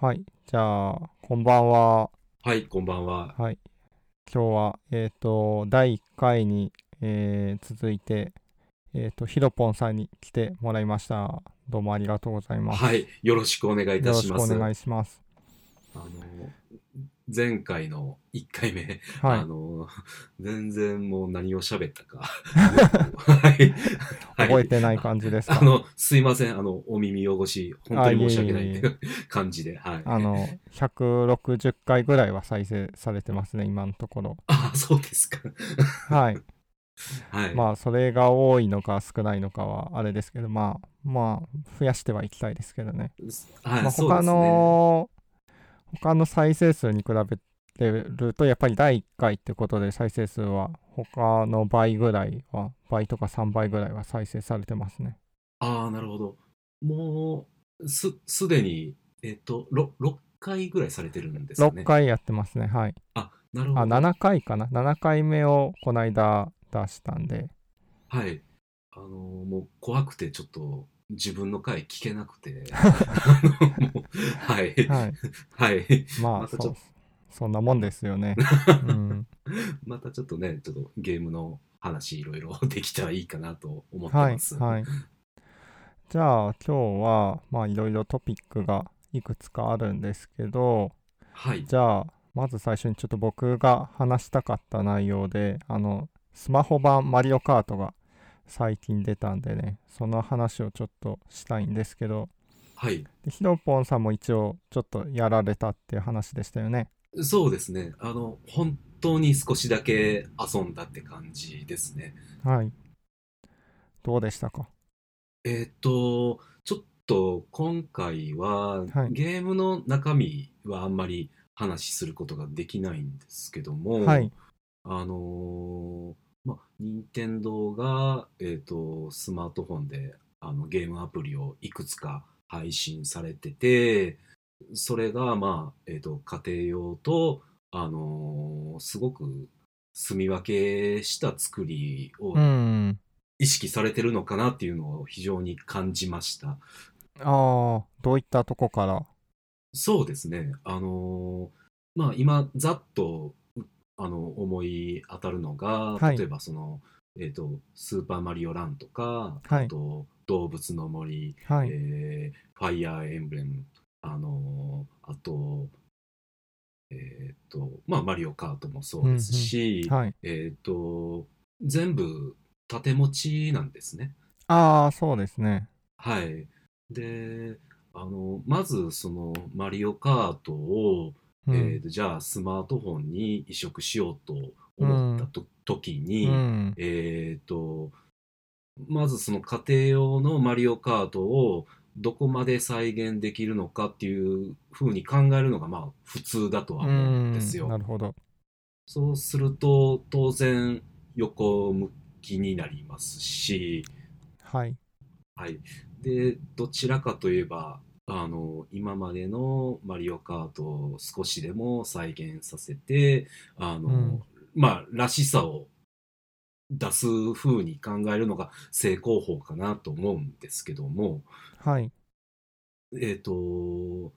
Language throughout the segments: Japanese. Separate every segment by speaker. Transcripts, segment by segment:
Speaker 1: はい。じゃあ、こんばんは。
Speaker 2: はい、こんばんは。
Speaker 1: はい。今日は、えっ、と、第1回に、えー続いて、えっ、と、ヒロポンさんに来てもらいました。どうもありがとうございます。
Speaker 2: はい、よろしくお願いい
Speaker 1: よ
Speaker 2: た
Speaker 1: ろ
Speaker 2: し
Speaker 1: しく
Speaker 2: ま
Speaker 1: お
Speaker 2: す。
Speaker 1: 願いします。
Speaker 2: あの前回の1回目、
Speaker 1: はい
Speaker 2: あ。の全然もう何を喋っ たか。はい、
Speaker 1: 覚えてない感じですか。
Speaker 2: あの、すいません、あの、お耳汚し、本当に申し訳ないっていう感じで、はい。
Speaker 1: あの、160回ぐらいは再生されてますね、今のところ。
Speaker 2: あ、そうですか。
Speaker 1: はい。
Speaker 2: はい。
Speaker 1: まあ、それが多いのか少ないのかはあれですけど、まあ、まあ、増やしてはいきたいですけどね。
Speaker 2: はい、
Speaker 1: まあ、
Speaker 2: そうで
Speaker 1: 他
Speaker 2: すね
Speaker 1: の、他の再生数に比べてると、やっぱり第1回ってことで再生数は他の倍ぐらいは、倍とか3倍ぐらいは再生されてますね。
Speaker 2: ああ、なるほど。もう、す、すでに、えっと、ろ6回ぐらいされてるんですかね。
Speaker 1: 6。回やってますね、はい。
Speaker 2: あ、なるほ
Speaker 1: あ、
Speaker 2: ど。
Speaker 1: 7回かな。7回目をこの間出したんで、
Speaker 2: はい。あのーもう怖くて、ちょっと自分の回聞けな くて。もうはい。
Speaker 1: はい。
Speaker 2: はい。
Speaker 1: まあ、
Speaker 2: またち
Speaker 1: そ
Speaker 2: ょ
Speaker 1: うそんなもんですよ ね。うん、
Speaker 2: またちょっとね、ちょっとゲームの話いろいろできたらいいかなと思って
Speaker 1: は
Speaker 2: ま
Speaker 1: い
Speaker 2: す。
Speaker 1: はい。じゃあ今日はまあいろいろトピックがいくつかあるんですけど、
Speaker 2: はい。
Speaker 1: じゃあまず最初にちょっと僕が話したかった内容で、あのスマホ版マリオカートが最近出たんでね、その話をちょっとしたいんですけど、
Speaker 2: はい。
Speaker 1: でヒロポンさんも一応ちょっとやられたっていう話でしたよね。
Speaker 2: そうですね。あの、本当に少しだけ遊んだって感じですね。
Speaker 1: はい。どうでしたか。
Speaker 2: えーっと、ちょっと今回
Speaker 1: は
Speaker 2: は
Speaker 1: い
Speaker 2: ゲームの中身はあんまり話しすることができないんですけども、
Speaker 1: はい
Speaker 2: あのーまあ、任天堂が、えーっと、スマートフォンであのゲームアプリをいくつか配信されてて、それが、まあ、えーっと、家庭用と、あのーすごく住み分けした作りを
Speaker 1: うん。
Speaker 2: 意識されてるのかなっていうのを非常に感じました。
Speaker 1: ああ、どういったとこから。
Speaker 2: そうですね。あのーまあ今、ざっと、うあの、思い当たるのが、
Speaker 1: はい
Speaker 2: 例えばその、えっと、スーパーマリオランとか、
Speaker 1: はい
Speaker 2: あと、動物の森、
Speaker 1: はい。
Speaker 2: えーファイアーエンブレム、あのーあと、えっと、まあ、マリオカートもそうですし、
Speaker 1: はい。
Speaker 2: えっと、全部、縦持ちなんですね。
Speaker 1: ああ、そうですね。
Speaker 2: はい。で、あの、まず、その、マリオカートを、
Speaker 1: うん
Speaker 2: えーとじゃあ、スマートフォンに移植しようと思ったと、時に、
Speaker 1: うん
Speaker 2: えっと、まずその家庭用のマリオカートをどこまで再現できるのかっていうふうに考えるのが、まあ、普通だとは思うんです
Speaker 1: う
Speaker 2: よ。
Speaker 1: んなるほど。
Speaker 2: そうすると、当然、横向きになりますし、
Speaker 1: はい。
Speaker 2: はい。で、どちらかといえば、あの、今までのマリオカートを少しでも再現させて、あの、
Speaker 1: うん
Speaker 2: まあ、らしさを出す風に考えるのが正攻法かなと思うんですけども、
Speaker 1: はい。
Speaker 2: えっと、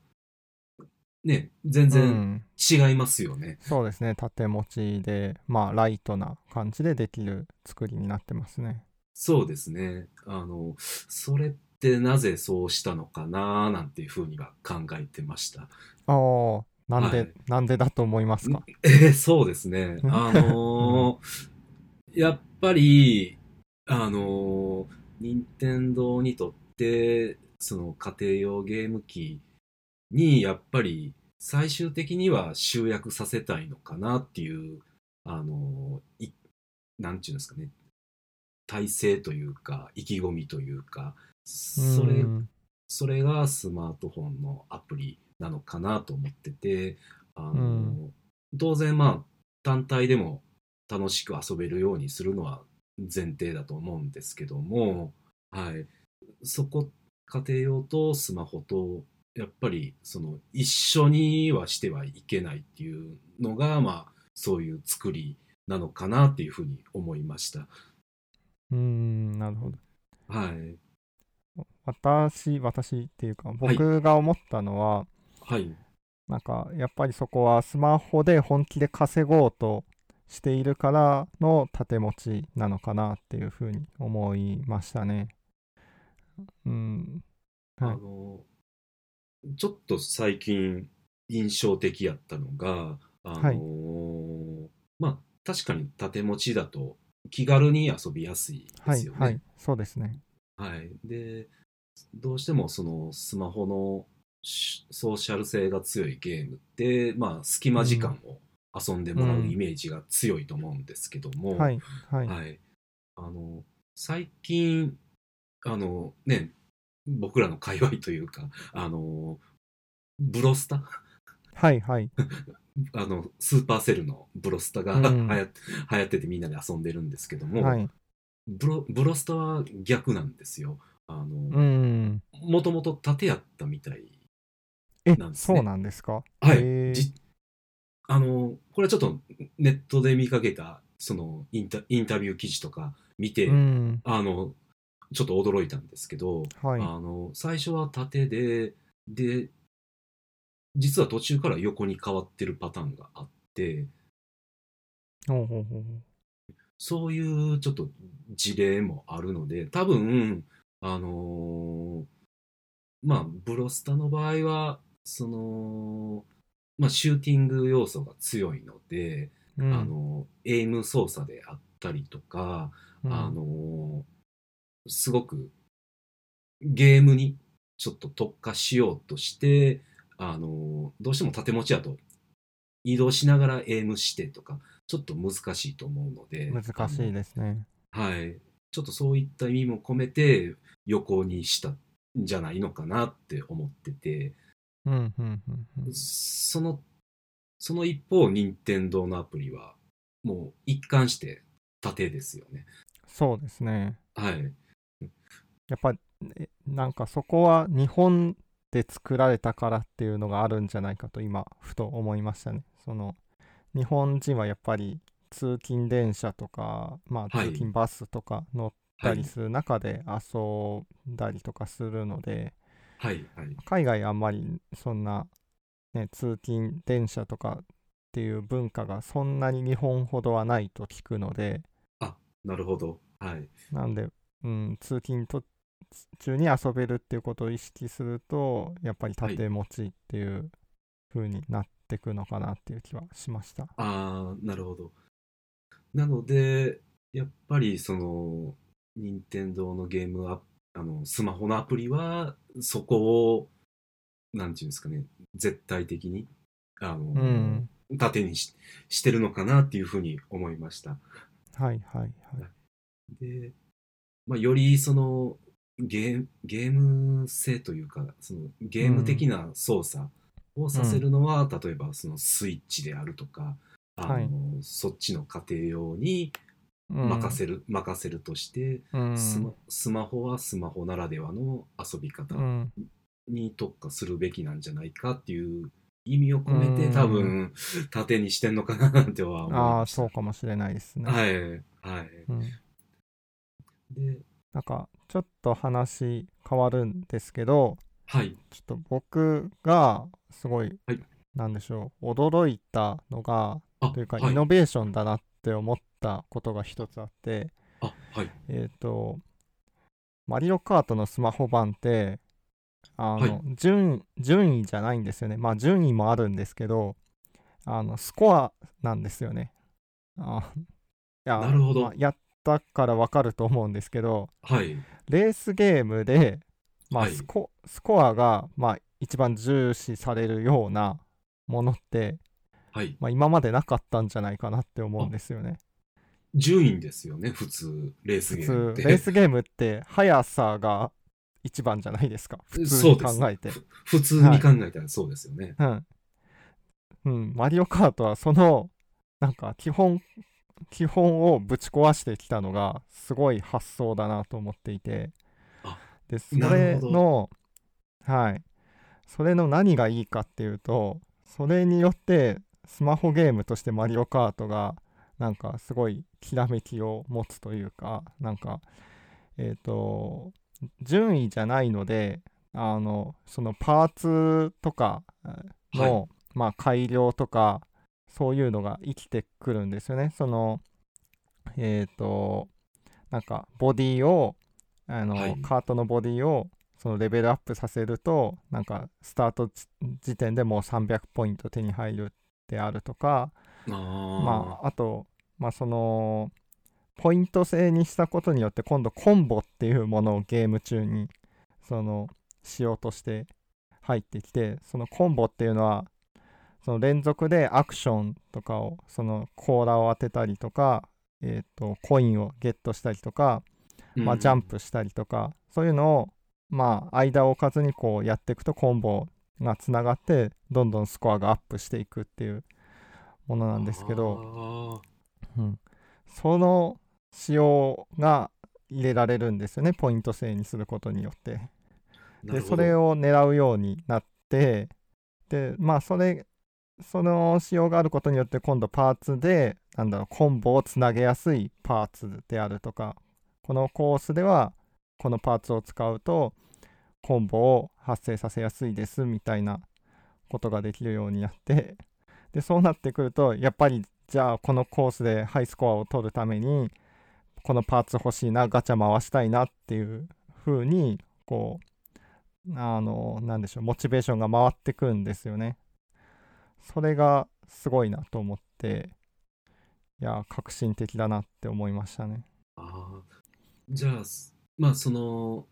Speaker 2: ね、全
Speaker 1: う
Speaker 2: 然
Speaker 1: ん、
Speaker 2: 違いますよね。
Speaker 1: そうですね。縦持ちで、まあ、ライトな感じでできる作りになってますね。
Speaker 2: そうですね。あの、それってなぜそうしたのかな、なんていう風には考えてました。
Speaker 1: ああ、なんで、
Speaker 2: はい
Speaker 1: なんでだと思いますか。
Speaker 2: えーそうですね。あのーやっぱり、あのー、任天堂にとって、その家庭用ゲーム機に、やっぱり最終的には集約させたいのかなっていう、あのーい、なんていうんですかね、体制というか、意気込みというか、それ
Speaker 1: うん
Speaker 2: それがスマートフォンのアプリなのかなと思ってて、あの
Speaker 1: うん
Speaker 2: 当然まあ単体でも楽しく遊べるようにするのは前提だと思うんですけども、はい、そこ家庭用とスマホとやっぱりその一緒にはしてはいけないっていうのがまあそういう作りなのかなっていうふうに思いました。
Speaker 1: うん、なるほど。
Speaker 2: はい、
Speaker 1: 私、私っていうか、僕が思ったのは、
Speaker 2: はい。
Speaker 1: なんかやっぱりそこはスマホで本気で稼ごうとしているからの盾持ちなのかなっていうふうに思いましたね。うん。はい
Speaker 2: あのちょっと最近印象的やったのが、あの
Speaker 1: はい
Speaker 2: まあ確かに縦持ちだと気軽に遊びやすいで
Speaker 1: はい、
Speaker 2: すよね。
Speaker 1: はい、そうですね。
Speaker 2: はい、でどうしてもそのスマホのしソーシャル性が強いゲームって、まあ、隙間時間を遊んでもらうイメージが強いと思うんですけども、
Speaker 1: はい、はい、
Speaker 2: はい、あの最近あの、ね、僕らの界隈というか あのブロスタ
Speaker 1: はい、はい。
Speaker 2: あのスーパーセルのブロスタが
Speaker 1: う
Speaker 2: 流
Speaker 1: ん
Speaker 2: 行っ流行っててみんなで遊んでるんですけども、
Speaker 1: はい。
Speaker 2: ブロブロスタは逆なんですよ。あの
Speaker 1: うん。
Speaker 2: もともと盾やったみたい。
Speaker 1: え、
Speaker 2: なんですね
Speaker 1: そうなんですか
Speaker 2: はい
Speaker 1: へー
Speaker 2: じあの、これはちょっとネットで見かけた、そのインタインタビュー記事とか見て、
Speaker 1: うん。
Speaker 2: あの、ちょっと驚いたんですけど、
Speaker 1: はい。
Speaker 2: あの、最初は縦で、で、実は途中から横に変わってるパターンがあって、
Speaker 1: ほうほうほうほう
Speaker 2: そういうちょっと事例もあるので、多分、あのーまあ、ブロスタの場合は、その、まあ、シューティング要素が強いので、
Speaker 1: うん
Speaker 2: あの、エイム操作であったりとか、
Speaker 1: うん
Speaker 2: あのーすごくゲームにちょっと特化しようとして、あのーどうしても縦持ちだと移動しながらエイムしてとか、ちょっと難しいと思うので、
Speaker 1: 難しいですね。
Speaker 2: あのはい。ちょっとそういった意味も込めて横にしたんじゃないのかなって思ってて、
Speaker 1: うん、うん、うんうん。
Speaker 2: その、その一方、任天堂のアプリは、もう一貫して縦ですよね。
Speaker 1: そうですね。
Speaker 2: はい。
Speaker 1: やっぱえなんかそこは日本で作られたからっていうのがあるんじゃないかと今ふと思いましたね。その日本人はやっぱり通勤電車とか、まあ、
Speaker 2: はい
Speaker 1: 通勤バスとか乗っ
Speaker 2: は
Speaker 1: た
Speaker 2: い
Speaker 1: り。する中で遊んだりとかするので、
Speaker 2: はい。はい。
Speaker 1: 海外あんまりそんな、ね、通勤電車とかっていう文化がそんなに日本ほどはないと聞くので、
Speaker 2: なるほど。はい。
Speaker 1: なんで、うん、通勤と中に遊べるっていうことを意識すると、やっぱり
Speaker 2: はい
Speaker 1: 縦持ちっていう風になってくのかなっていう気はしました。
Speaker 2: ああ、なるほど。なので、やっぱりその、任天堂のゲームアあの、スマホのアプリは、そこを、なんていうんですかね、絶対的に、あの、
Speaker 1: うん。
Speaker 2: 盾にししてるのかなっていうふうに思いました。
Speaker 1: はいはいはい。
Speaker 2: で、まあ、よりそのゲーゲーム性というかそのゲーム的な操作をさせるのは、例えばそのスイッチであるとかあの、
Speaker 1: はい
Speaker 2: そっちの家庭用に
Speaker 1: うん
Speaker 2: 任せる、任せるとして、
Speaker 1: うん
Speaker 2: スマスマホはスマホならではの遊び方
Speaker 1: うん
Speaker 2: に特化するべきなんじゃないかっていう意味を込めて、
Speaker 1: うん
Speaker 2: 多分縦にしてんのかななんては思い
Speaker 1: あ
Speaker 2: ま
Speaker 1: あ、
Speaker 2: した。
Speaker 1: そうかもしれないですね。
Speaker 2: はいはい。
Speaker 1: うん
Speaker 2: で、
Speaker 1: なんか、ちょっと話変わるんですけど、
Speaker 2: はい
Speaker 1: ちょっと僕がすごい、
Speaker 2: はい
Speaker 1: なんでしょう驚いたのが
Speaker 2: あ
Speaker 1: というか
Speaker 2: はい
Speaker 1: イノベーションだなって思ったことが一つあって、
Speaker 2: あはい
Speaker 1: えっ、とマリオカートのスマホ版ってあの、
Speaker 2: はい
Speaker 1: 順順位じゃないんですよねまあ順位もあるんですけどあのスコアなんですよねあいや
Speaker 2: なるほど
Speaker 1: まあやったからわかると思うんですけど
Speaker 2: はい
Speaker 1: レースゲームで、まあ
Speaker 2: はい
Speaker 1: スコスコアが、まあ、一番重視されるようなものって、
Speaker 2: はい。
Speaker 1: まあ、今までなかったんじゃないかなって思うんですよね。
Speaker 2: 順位ですよね、普通、レース
Speaker 1: 普
Speaker 2: ゲーム
Speaker 1: 通
Speaker 2: って。
Speaker 1: レースゲームって速さが一番じゃないですか普通に考えて。
Speaker 2: ふ普通に考えたらそうですよね。
Speaker 1: うん、うん、マリオカートはそのなんか基本基本をぶち壊してきたのがすごい発想だなと思っていて
Speaker 2: あ
Speaker 1: でそ
Speaker 2: なる
Speaker 1: れ
Speaker 2: ほど
Speaker 1: のはいそれの何がいいかっていうとそれによってスマホゲームとしてマリオカートがなんかすごいきらめきを持つというかなんかえっ、と順位じゃないのであのそのパーツとかの、まあ、改良とかそういうのが生きてくるんですよね。そのえっ、となんかボディをあの、
Speaker 2: はい
Speaker 1: カートのボディをそのレベルアップさせるとなんかスタート時時点でもう300ポイント手に入るであるとか、
Speaker 2: あー
Speaker 1: まあ、あと、まあ、そのポイント制にしたことによって今度コンボっていうものをゲーム中にそのしようとして入ってきてそのコンボっていうのはその連続でアクションとかをその甲羅を当てたりとか、えー、とコインをゲットしたりとか、まあ、ジャンプしたりとか、そういうのを、まあ、間を置かずにこうやっていくとコンボがつながってどんどんスコアがアップしていくっていうものなんですけど、
Speaker 2: ど。
Speaker 1: うん、その仕様が入れられるんですよねポイント制にすることによって。でそれ
Speaker 2: を。
Speaker 1: を狙うようになってでまあそれその仕様があることによって今度パーツでなんだろうコンボをつなげやすいパーツであるとかこのコースではこのパーツを使うとコンボを発生させやすいですみたいなことができるようになってでそうなってくるとやっぱりじゃあこのコースでハイスコアを取るためにこのパーツ欲しいなガチャ回したいなっていう風にこうあの、なんでしょう、モチベーションが回ってくんですよね。それがすごいなと思って、いや、革新的だなって思いましたね。
Speaker 2: あーじゃあ、すまあその、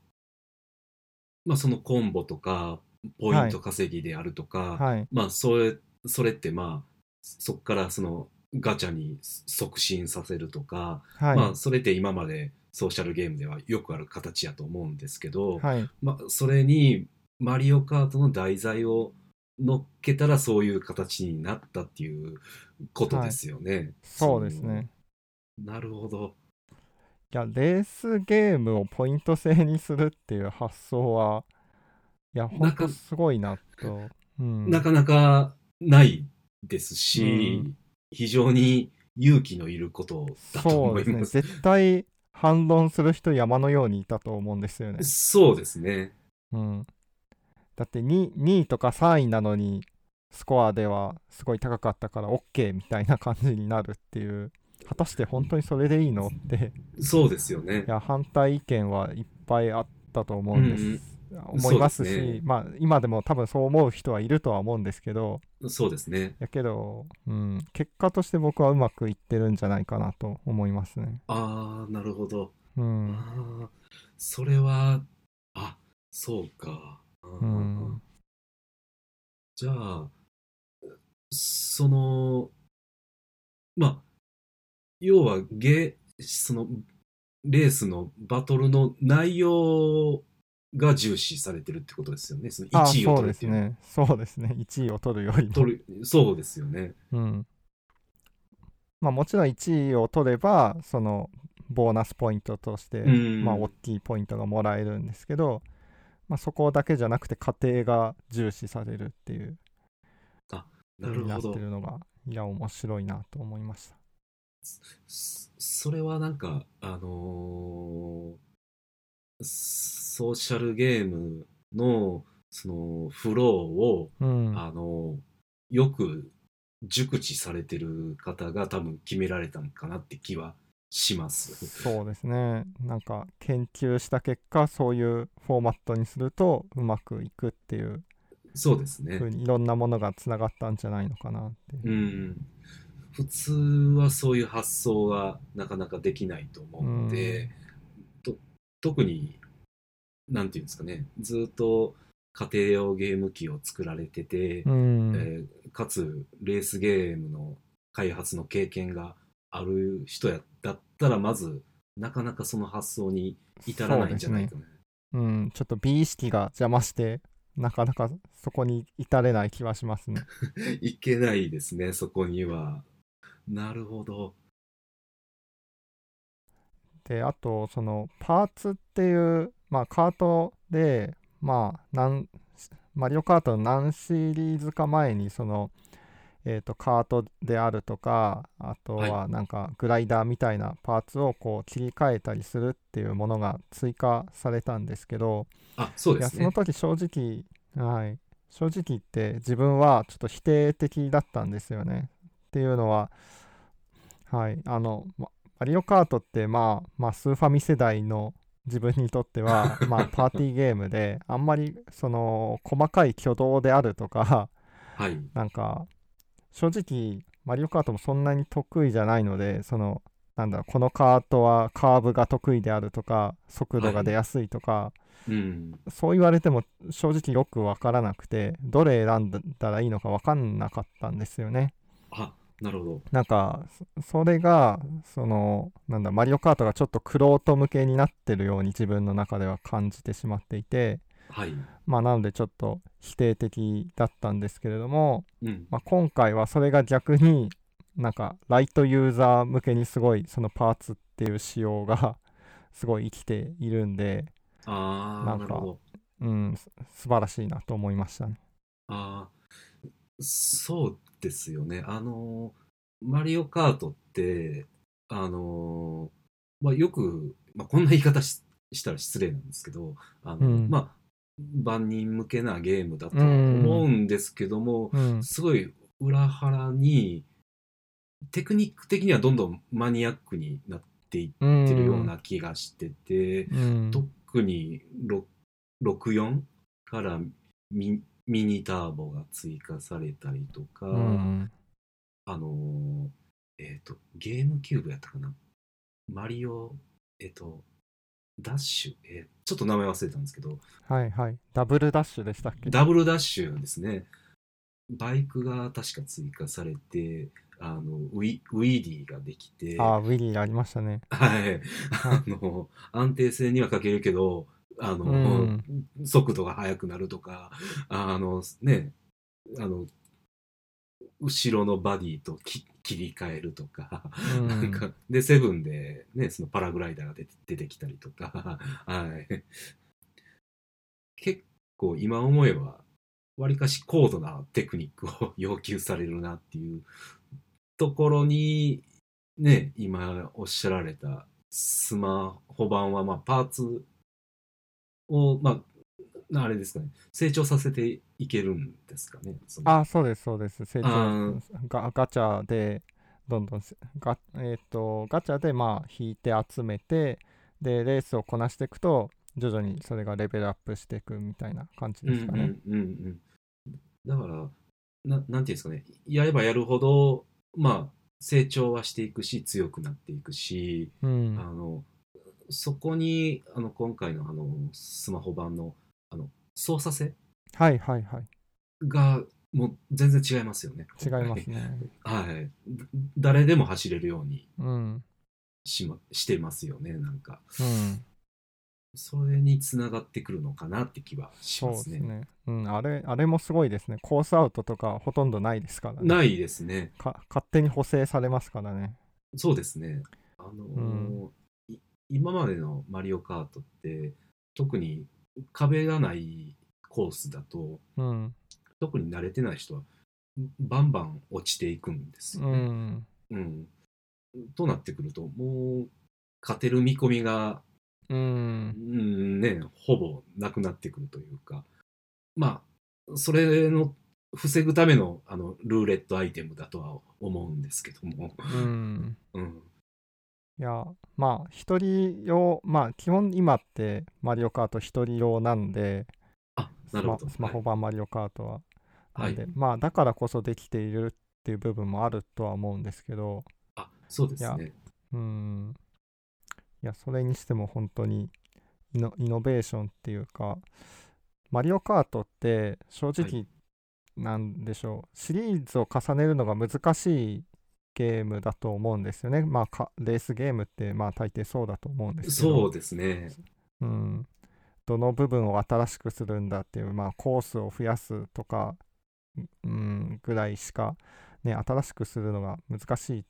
Speaker 2: まあそのコンボとか、ポイント稼ぎであるとか、
Speaker 1: はい。
Speaker 2: まあそれ、それってまあ、そこからそのガチャに促進させるとか、
Speaker 1: はい。
Speaker 2: まあそれって今までソーシャルゲームではよくある形やと思うんですけど、
Speaker 1: はい。
Speaker 2: まあそれにマリオカートの題材を乗っけたらそういう形になったっていうことですよね。
Speaker 1: そうですね。
Speaker 2: その。なるほど。
Speaker 1: いや、レースゲームをポイント制にするっていう発想は、いや、ほんとすごいなと。うん。
Speaker 2: なかなかないですし、
Speaker 1: うん
Speaker 2: 非常に勇気のいることだと
Speaker 1: そう
Speaker 2: 思
Speaker 1: で
Speaker 2: い
Speaker 1: すね。
Speaker 2: ます。
Speaker 1: 絶対、反論する人山のようにいたと思うんですよね。
Speaker 2: そうですね。
Speaker 1: うん、だって 2, 2位とか3位なのにスコアではすごい高かったから OK みたいな感じになるっていう果たして本当にそれでいいのって
Speaker 2: そうですよね
Speaker 1: い。や反対意見はいっぱいあったと思うんです、
Speaker 2: うん
Speaker 1: 思いますし
Speaker 2: そうですね
Speaker 1: まあ今でも多分そう思う人はいるとは思うんですけど
Speaker 2: そうですね。
Speaker 1: やけど、うん、結果として僕はうまくいってるんじゃないかなと思いますね。
Speaker 2: ああ、なるほど。
Speaker 1: うん
Speaker 2: あーそれは、あ、そうか。あー
Speaker 1: うん
Speaker 2: じゃあ、その、まあ、要はゲ、その、レースのバトルの内容が重視されてるってことですよね。その
Speaker 1: あ
Speaker 2: 1位を
Speaker 1: そう
Speaker 2: 取る
Speaker 1: で
Speaker 2: っ
Speaker 1: す
Speaker 2: ていうのは。
Speaker 1: ねそうですね1位を取るよりも
Speaker 2: 取るそうですよね。
Speaker 1: うんまあ、もちろん1位を取ればそのボーナスポイントとして、
Speaker 2: うん
Speaker 1: まあ、大きいポイントがもらえるんですけど、まあ、そこだけじゃなくて過程が重視されるっていう
Speaker 2: な
Speaker 1: 風
Speaker 2: る
Speaker 1: にな
Speaker 2: ほ
Speaker 1: って
Speaker 2: ど。
Speaker 1: るのがいや面白いなと思いました。
Speaker 2: そそれはなんか、あのーソーシャルゲームの、その、フローを、
Speaker 1: うん、
Speaker 2: あのーよく熟知されてる方が多分決められたのかなって気はします。
Speaker 1: そうですねなんか研究した結果そういうフォーマットにするとうまくいくっていう
Speaker 2: そうですね
Speaker 1: 風。にいろんなものがつながったんじゃないのかなっていう
Speaker 2: う。ん。普通はそういう発想がなかなかできないと思うので、と特に、なんていうんですかね、ずっと家庭用ゲーム機を作られてて、
Speaker 1: うん
Speaker 2: えーかつレースゲームの開発の経験がある人やだったら、まず、なかなかその発想に至らないんじゃないかな。
Speaker 1: うん、ちょっと美意識が邪魔して、なかなかそこに至れない気はしますね。
Speaker 2: いけないですね、そこには。なるほど。
Speaker 1: で、あと、そのパーツっていう、まあカートで、まあ、なんマリオカートの何シリーズか前に、その、えー、とカートであるとかあとはなんかグライダーみたいなパーツをこう切り替えたりするっていうものが追加されたんですけど、
Speaker 2: あ、そう
Speaker 1: い
Speaker 2: で
Speaker 1: や
Speaker 2: す
Speaker 1: その
Speaker 2: ね。
Speaker 1: 時正直、はい、正直言って自分はちょっと否定的だったんですよね。っていうのは、はい、あの、まマリオカートって、まあ、まあ、スーファミ世代の自分にとっては、まあ、パーティーゲームで、あんまり、その、細かい挙動であるとか、
Speaker 2: はい。
Speaker 1: なんか、正直、マリオカートもそんなに得意じゃないので、その、なんだろう、このカートはカーブが得意であるとか、速度が出やすいとか、
Speaker 2: うん。
Speaker 1: そう言われても正直よくわからなくてどれ選んだらいいのかわかんなかったんですよね。
Speaker 2: あ、なるほど。
Speaker 1: なんかそそれがそのなんだマリオカートがちょっとクロート向けになってるように自分の中では感じてしまっていて
Speaker 2: はい。
Speaker 1: まあなのでちょっと否定的だったんですけれども、
Speaker 2: うん。
Speaker 1: まあ、今回はそれが逆になんかライトユーザー向けにすごいそのパーツっていう仕様が すごい生きているんで、
Speaker 2: あ
Speaker 1: な
Speaker 2: あ、
Speaker 1: ん
Speaker 2: な
Speaker 1: か
Speaker 2: るほど。
Speaker 1: うん、す素晴らしいなと思いましたね。
Speaker 2: ああ、そうですよね。あのー、マリオカートって、あのー、まあ、よく、まあ、こんな言い方し、したら失礼なんですけど、あの、
Speaker 1: うん
Speaker 2: まあ、万人向けなゲームだと思うんですけども、
Speaker 1: うん、
Speaker 2: すごい裏腹に、テクニック的にはどんどんマニアックになっていってるような気がしてて、
Speaker 1: うん、
Speaker 2: 特にろ64からミミニターボが追加されたりとか、
Speaker 1: うん
Speaker 2: あのーえっ、と、ゲームキューブやったかなマリオ、えっ、と、ダッシュ、えーちょっと名前忘れたんですけど、
Speaker 1: はいはい。ダブルダッシュでしたっけ
Speaker 2: ダブルダッシュですね。バイクが確か追加されて、あのウィウィーディーができて、
Speaker 1: ああ、ウィリーありましたね。
Speaker 2: はい。あの、安定性には欠けるけど、あの、
Speaker 1: うん
Speaker 2: 速度が速くなるとか、あの、ね、あの、後ろのバディとき切り替えるとか、
Speaker 1: うん
Speaker 2: なんか、で、セブンで、ね、そのパラグライダーが出て出てきたりとか、 はい。結構今思えば、わりかし高度なテクニックを 要求されるなっていうところに、ね、今おっしゃられたスマホ版は、まあ、パーツを、まあ、あれですかね、成長させていけるんですかね。その
Speaker 1: ああ、そうです、そうです。成
Speaker 2: うん
Speaker 1: 長がガチャで、どんどんせガ、えー、とガチャでまあ引いて集めて、で、レースをこなしていくと、徐々にそれがレベルアップしていくみたいな感じですかね。
Speaker 2: うんうんうんうん、だからな、なんていうんですかね、やればやるほど、まあ、成長はしていくし、強くなっていくし、
Speaker 1: うん
Speaker 2: あのそこにあの今回のあのスマホ版のあの操作性
Speaker 1: はいはいはい。
Speaker 2: がもう全然違いますよね。
Speaker 1: 違いますね。
Speaker 2: はい。だ誰でも走れるように
Speaker 1: うん。
Speaker 2: し,、ま、してますよね、なんか。
Speaker 1: うん
Speaker 2: それにつながってくるのかなって気はし
Speaker 1: そう
Speaker 2: ま
Speaker 1: ですす
Speaker 2: ね。
Speaker 1: ね。うん、あれ、あれもすごいですね。コースアウトとかほとんどないですからね。
Speaker 2: ないですね。
Speaker 1: か勝手に補正されますからね。
Speaker 2: そうですね。あのー
Speaker 1: う
Speaker 2: い今までのマリオカートって、特に壁がないコースだと、
Speaker 1: うん。
Speaker 2: 特に慣れてない人は、バンバン落ちていくんです
Speaker 1: う
Speaker 2: よね。
Speaker 1: ん。
Speaker 2: うん。となってくると、もう、勝てる見込みが、
Speaker 1: うん、
Speaker 2: うん、ね、ほぼなくなってくるというか、まあ、それの、防ぐための、あの、ルーレットアイテムだとは思うんですけども。
Speaker 1: うん、
Speaker 2: うん。
Speaker 1: いやまあ一人用まあ基本今ってマリオカート一人用なんで
Speaker 2: あ、
Speaker 1: ス
Speaker 2: なるほ
Speaker 1: マ
Speaker 2: ど。
Speaker 1: スマホ版マリオカートは、
Speaker 2: はい
Speaker 1: なんでまあだからこそできているっていう部分もあるとは思うんですけど
Speaker 2: あ、そうです
Speaker 1: い
Speaker 2: ね。
Speaker 1: うんいやそれにしても本当にイノイノベーションっていうかマリオカートって正
Speaker 2: は
Speaker 1: 直なんでしょう、シリーズを重ねるのが難しいゲームだと思うんですよねまあかレースゲームってまあ大抵そうだと思うんですけ
Speaker 2: そう
Speaker 1: ど
Speaker 2: ですね。
Speaker 1: うん、どの部分を新しくするんだっていう、まあ、コースを増やすとか、うん、ぐらいしか、ね、新しくするのが難しい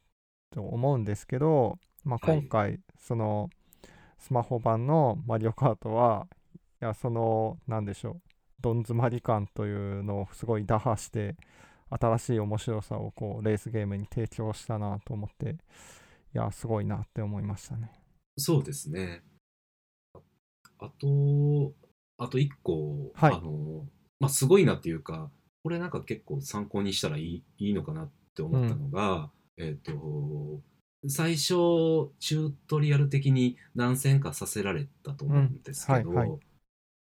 Speaker 1: と思うんですけど、まあ、
Speaker 2: はい
Speaker 1: 今回そのスマホ版の「マリオカートは」いやそのなんでしょうどん詰まり感というのをすごい打破して新しい面白さをこうレースゲームに提供したなと思っていやすごいなって思いましたね。
Speaker 2: そうですね。ああと、あと1個、
Speaker 1: はい
Speaker 2: あの、まあ、すごいなっていうか、これなんか結構参考にしたらいいいいのかなって思ったのが、えっ、と、最初、チュートリアル的に何戦かさせられたと思うんですけど、
Speaker 1: うんはいは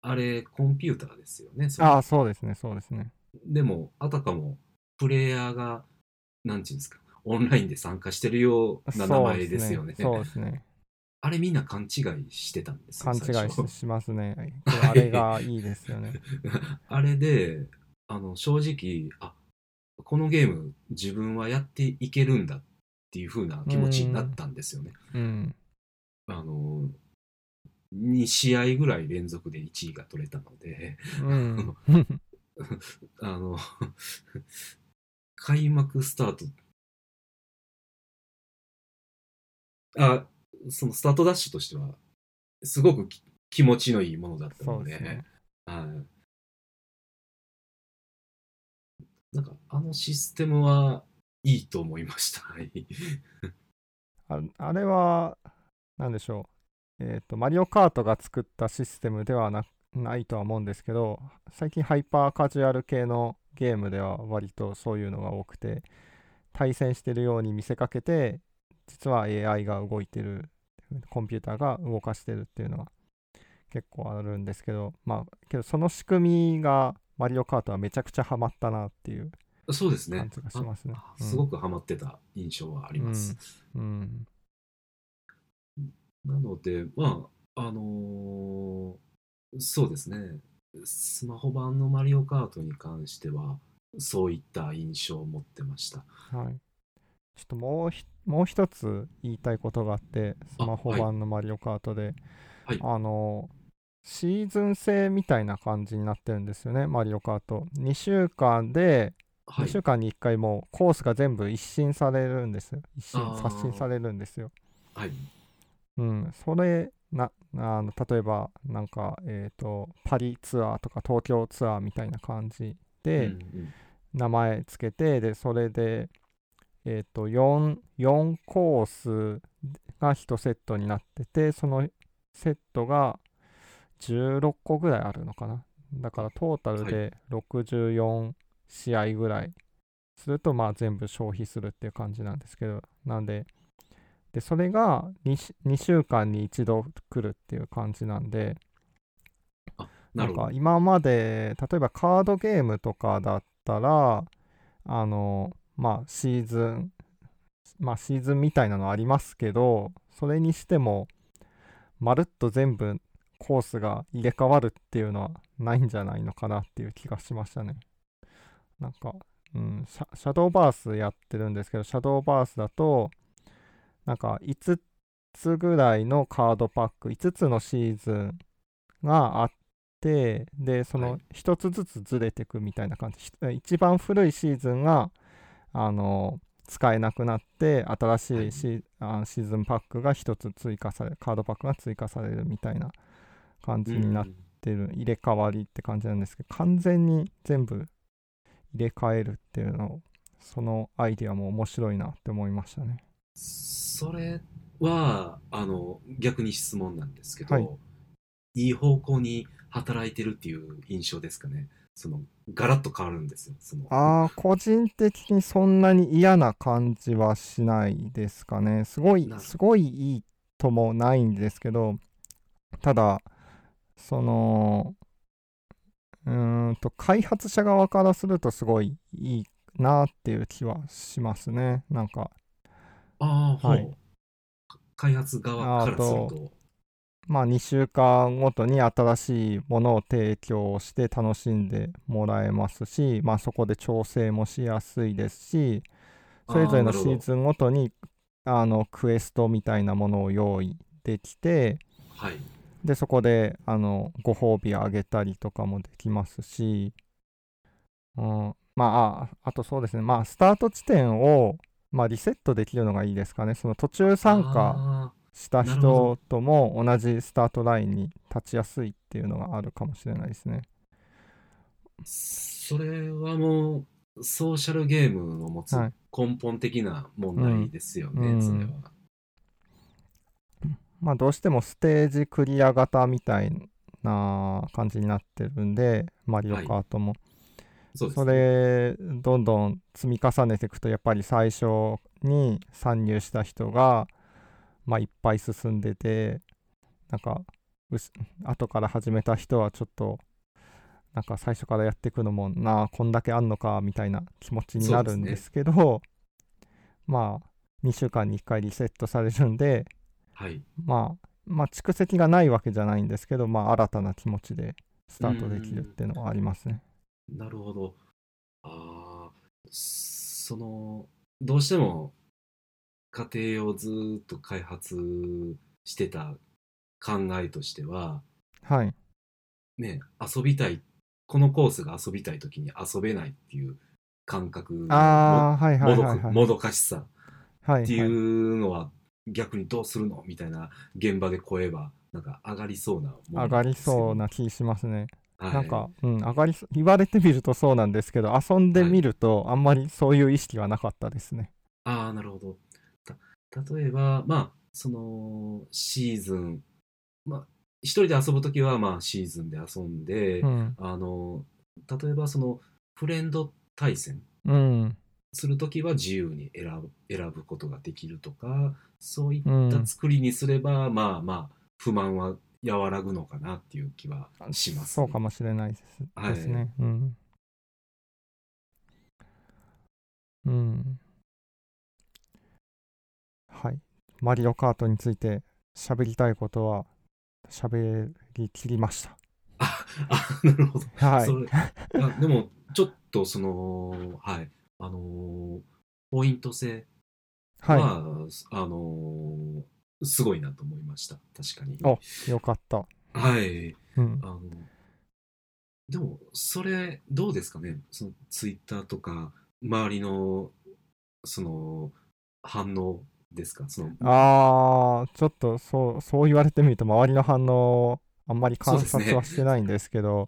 Speaker 2: あれ、コンピューターですよね。それ
Speaker 1: ああそうですねそうですね。
Speaker 2: でも、あたかも、プレイヤーが、なんていうんですか、オンラインで参加してるような名前ですよね。
Speaker 1: そうですね。
Speaker 2: あれみんな勘違いしてたんですよ
Speaker 1: そうですね勘違
Speaker 2: 最
Speaker 1: い
Speaker 2: 初
Speaker 1: ししますね。あれがいいですよね。
Speaker 2: あれで、あの、正直、あ、このゲーム自分はやっていけるんだっていう風な気持ちになったんですよね。
Speaker 1: うん。
Speaker 2: あの、2試合ぐらい連続で1位が取れたので、
Speaker 1: うん。
Speaker 2: あの、 開幕スタート。あ、そのスタートダッシュとしては、すごくき気持ちのいいものだった
Speaker 1: そ
Speaker 2: の
Speaker 1: う
Speaker 2: で、
Speaker 1: ですね。
Speaker 2: はい。なんか、あのシステムはいいと思いまし た。はい
Speaker 1: ああれは、なんでしょう。えっ、と、マリオカートが作ったシステムではなないとは思うんですけど、最近ハイパーカジュアル系のゲームでは割とそういうのが多くて、対戦してるように見せかけて、実は AI が動いてる、コンピューターが動かしてるっていうのは結構あるんですけど、まあ、けどその仕組みがマリオカートはめちゃくちゃハマったなっていう
Speaker 2: そうですね
Speaker 1: 感。じがしますね。
Speaker 2: あ
Speaker 1: うん
Speaker 2: すごくハマってた印象はあります。
Speaker 1: うん。
Speaker 2: なので、まあ、あのーそうですね。スマホ版のマリオカートに関しては、そういった印象を持ってました。
Speaker 1: はい。ちょっともうひもう一つ言いたいことがあって、スマホ
Speaker 2: あはい
Speaker 1: 版のマリオカートで、
Speaker 2: はい
Speaker 1: あの、シーズン制みたいな感じになってるんですよね、マリオカート。2週間で、
Speaker 2: は
Speaker 1: 2
Speaker 2: い。
Speaker 1: 週間に1回もうコースが全部一新されるんですよ。一新
Speaker 2: あ、ー
Speaker 1: 刷新されるんですよ。
Speaker 2: はい。
Speaker 1: うん、それ、なあの例えば、なんか、えっ、と、パリツアーとか東京ツアーみたいな感じで、
Speaker 2: うんうん
Speaker 1: 名前つけてでそれでえっ、と 4, 4コースが1セットになっててそのセットが16個ぐらいあるのかなだからトータルで64試合ぐらいするとまあ全部消費するっていう感じなんですけどなんででそれが 2, 2週間に一度来るっていう感じなんで
Speaker 2: な
Speaker 1: な
Speaker 2: る
Speaker 1: ん
Speaker 2: ほ
Speaker 1: か
Speaker 2: ど。
Speaker 1: 今まで例えばカードゲームとかだったらあのまあシーズンまあシーズンみたいなのありますけどそれにしてもまるっと全部コースが入れ替わるっていうのはないんじゃないのかなっていう気がしましたね。なんか、うん、シャシャドーバースやってるんですけどシャドーバースだとなんか5つぐらいのカードパック5つのシーズンがあってでそ
Speaker 2: は
Speaker 1: の
Speaker 2: い
Speaker 1: 1つずつずれていくみたいな感じ、ひ一番古いシーズンがあの使えなくなって新しいシ,、あシーズンパックが1つ追加されるカードパックが追加されるみたいな感じになっ
Speaker 2: うん
Speaker 1: ってる入れ替わりって感じなんですけど完全に全部入れ替えるっていうのをそのアイディアも面白いなって思いましたね。
Speaker 2: それは、あの、逆に質問なんですけど、
Speaker 1: はい
Speaker 2: い、い方向に働いてるっていう印象ですかね。その、ガラッと変わるんですよ。その、
Speaker 1: ああ個人的にそんなに嫌な感じはしないですかねすごい
Speaker 2: なるほど
Speaker 1: すごいいいともないんですけどただそのうーんと開発者側からするとすごいいいなっていう気はしますねなんか
Speaker 2: ああ、
Speaker 1: はい
Speaker 2: ほう。開発側からする
Speaker 1: あ
Speaker 2: と、
Speaker 1: まあ、2週間ごとに新しいものを提供して楽しんでもらえますし、まあ、そこで調整もしやすいですしそれぞれの
Speaker 2: あーなる
Speaker 1: シ
Speaker 2: ほど
Speaker 1: ーズンごとにあのクエストみたいなものを用意できて
Speaker 2: はい。
Speaker 1: でそこであのご褒美あげたりとかもできますし、うん、まあああとそうですねまあスタート地点を、まあ、リセットできるのがいいですかねその途中参加
Speaker 2: あ
Speaker 1: した
Speaker 2: なるほ
Speaker 1: 人とも同じスタートラインに立ちやすいっていうのがあるかもしれないですね。
Speaker 2: ーそれはもう、ソーシャルゲームの持つ
Speaker 1: はい
Speaker 2: 根本的な問題ですよね、
Speaker 1: うん
Speaker 2: それは。
Speaker 1: まあどうしてもステージクリア型みたいな感じになってるんで、マリオカートも。
Speaker 2: そうです
Speaker 1: そ
Speaker 2: ね。
Speaker 1: れどんどん積み重ねていくとやっぱり最初に参入した人が、まあ、いっぱい進んでてなんかうし後から始めた人はちょっとなんか最初からやっていくのもなあこんだけあんのかみたいな気持ちになるんですけどまあ2週間に1回リセットされるんで、
Speaker 2: はい。
Speaker 1: まあ、まあ蓄積がないわけじゃないんですけど、まあ、新たな気持ちでスタートできるっていうのはありますね。
Speaker 2: なるほど。ああ、その、どうしても家庭をずーっと開発してた考えとしては、
Speaker 1: はい、
Speaker 2: ね、遊びたい、このコースが遊びたいときに遊べないっていう感覚の
Speaker 1: ああ、はいは
Speaker 2: も
Speaker 1: い
Speaker 2: ど
Speaker 1: はい、
Speaker 2: く
Speaker 1: はい。
Speaker 2: もどかしさ
Speaker 1: はい
Speaker 2: って
Speaker 1: はい
Speaker 2: いうのは逆にどうするのみたいな現場で声はなんか上がりそうなもの
Speaker 1: 上がりそう
Speaker 2: な
Speaker 1: な気しますね。
Speaker 2: んですけど、はい
Speaker 1: なんか、うん、上がりそ言われてみるとそうなんですけど、遊んでみると、あんまりそういう意識はなかったですね。
Speaker 2: ああなるほどた例えばまあそのシーズンまあ一人で遊ぶときはまあシーズンで遊んで、
Speaker 1: うん。
Speaker 2: あの例えばそのフレンド対戦
Speaker 1: うん。
Speaker 2: するときは自由に選ぶ選ぶことができるとかそういっ
Speaker 1: うん
Speaker 2: た作りにすれば、まあまあ不満は和らぐのかなっていう気はします、
Speaker 1: そうかもしれないです,、
Speaker 2: はい
Speaker 1: ですね。うん。うん。はい。マリオカートについて喋りたいことは喋りきりました。
Speaker 2: あ なるほど。
Speaker 1: はい
Speaker 2: そ。れあでも、ちょっとその、はい、あのーポイント制
Speaker 1: はい。
Speaker 2: は、あのーすごいなと思いました。確かに。
Speaker 1: およかった。
Speaker 2: はい。
Speaker 1: うん
Speaker 2: あ。のでも、それ、どうですかねそのツイッターとか、周りの、その、反応ですかその、
Speaker 1: あー、ちょっとそう、そう言われてみると、周りの反応、あんまり観
Speaker 2: そうです
Speaker 1: 察
Speaker 2: ね
Speaker 1: はしてないんですけど、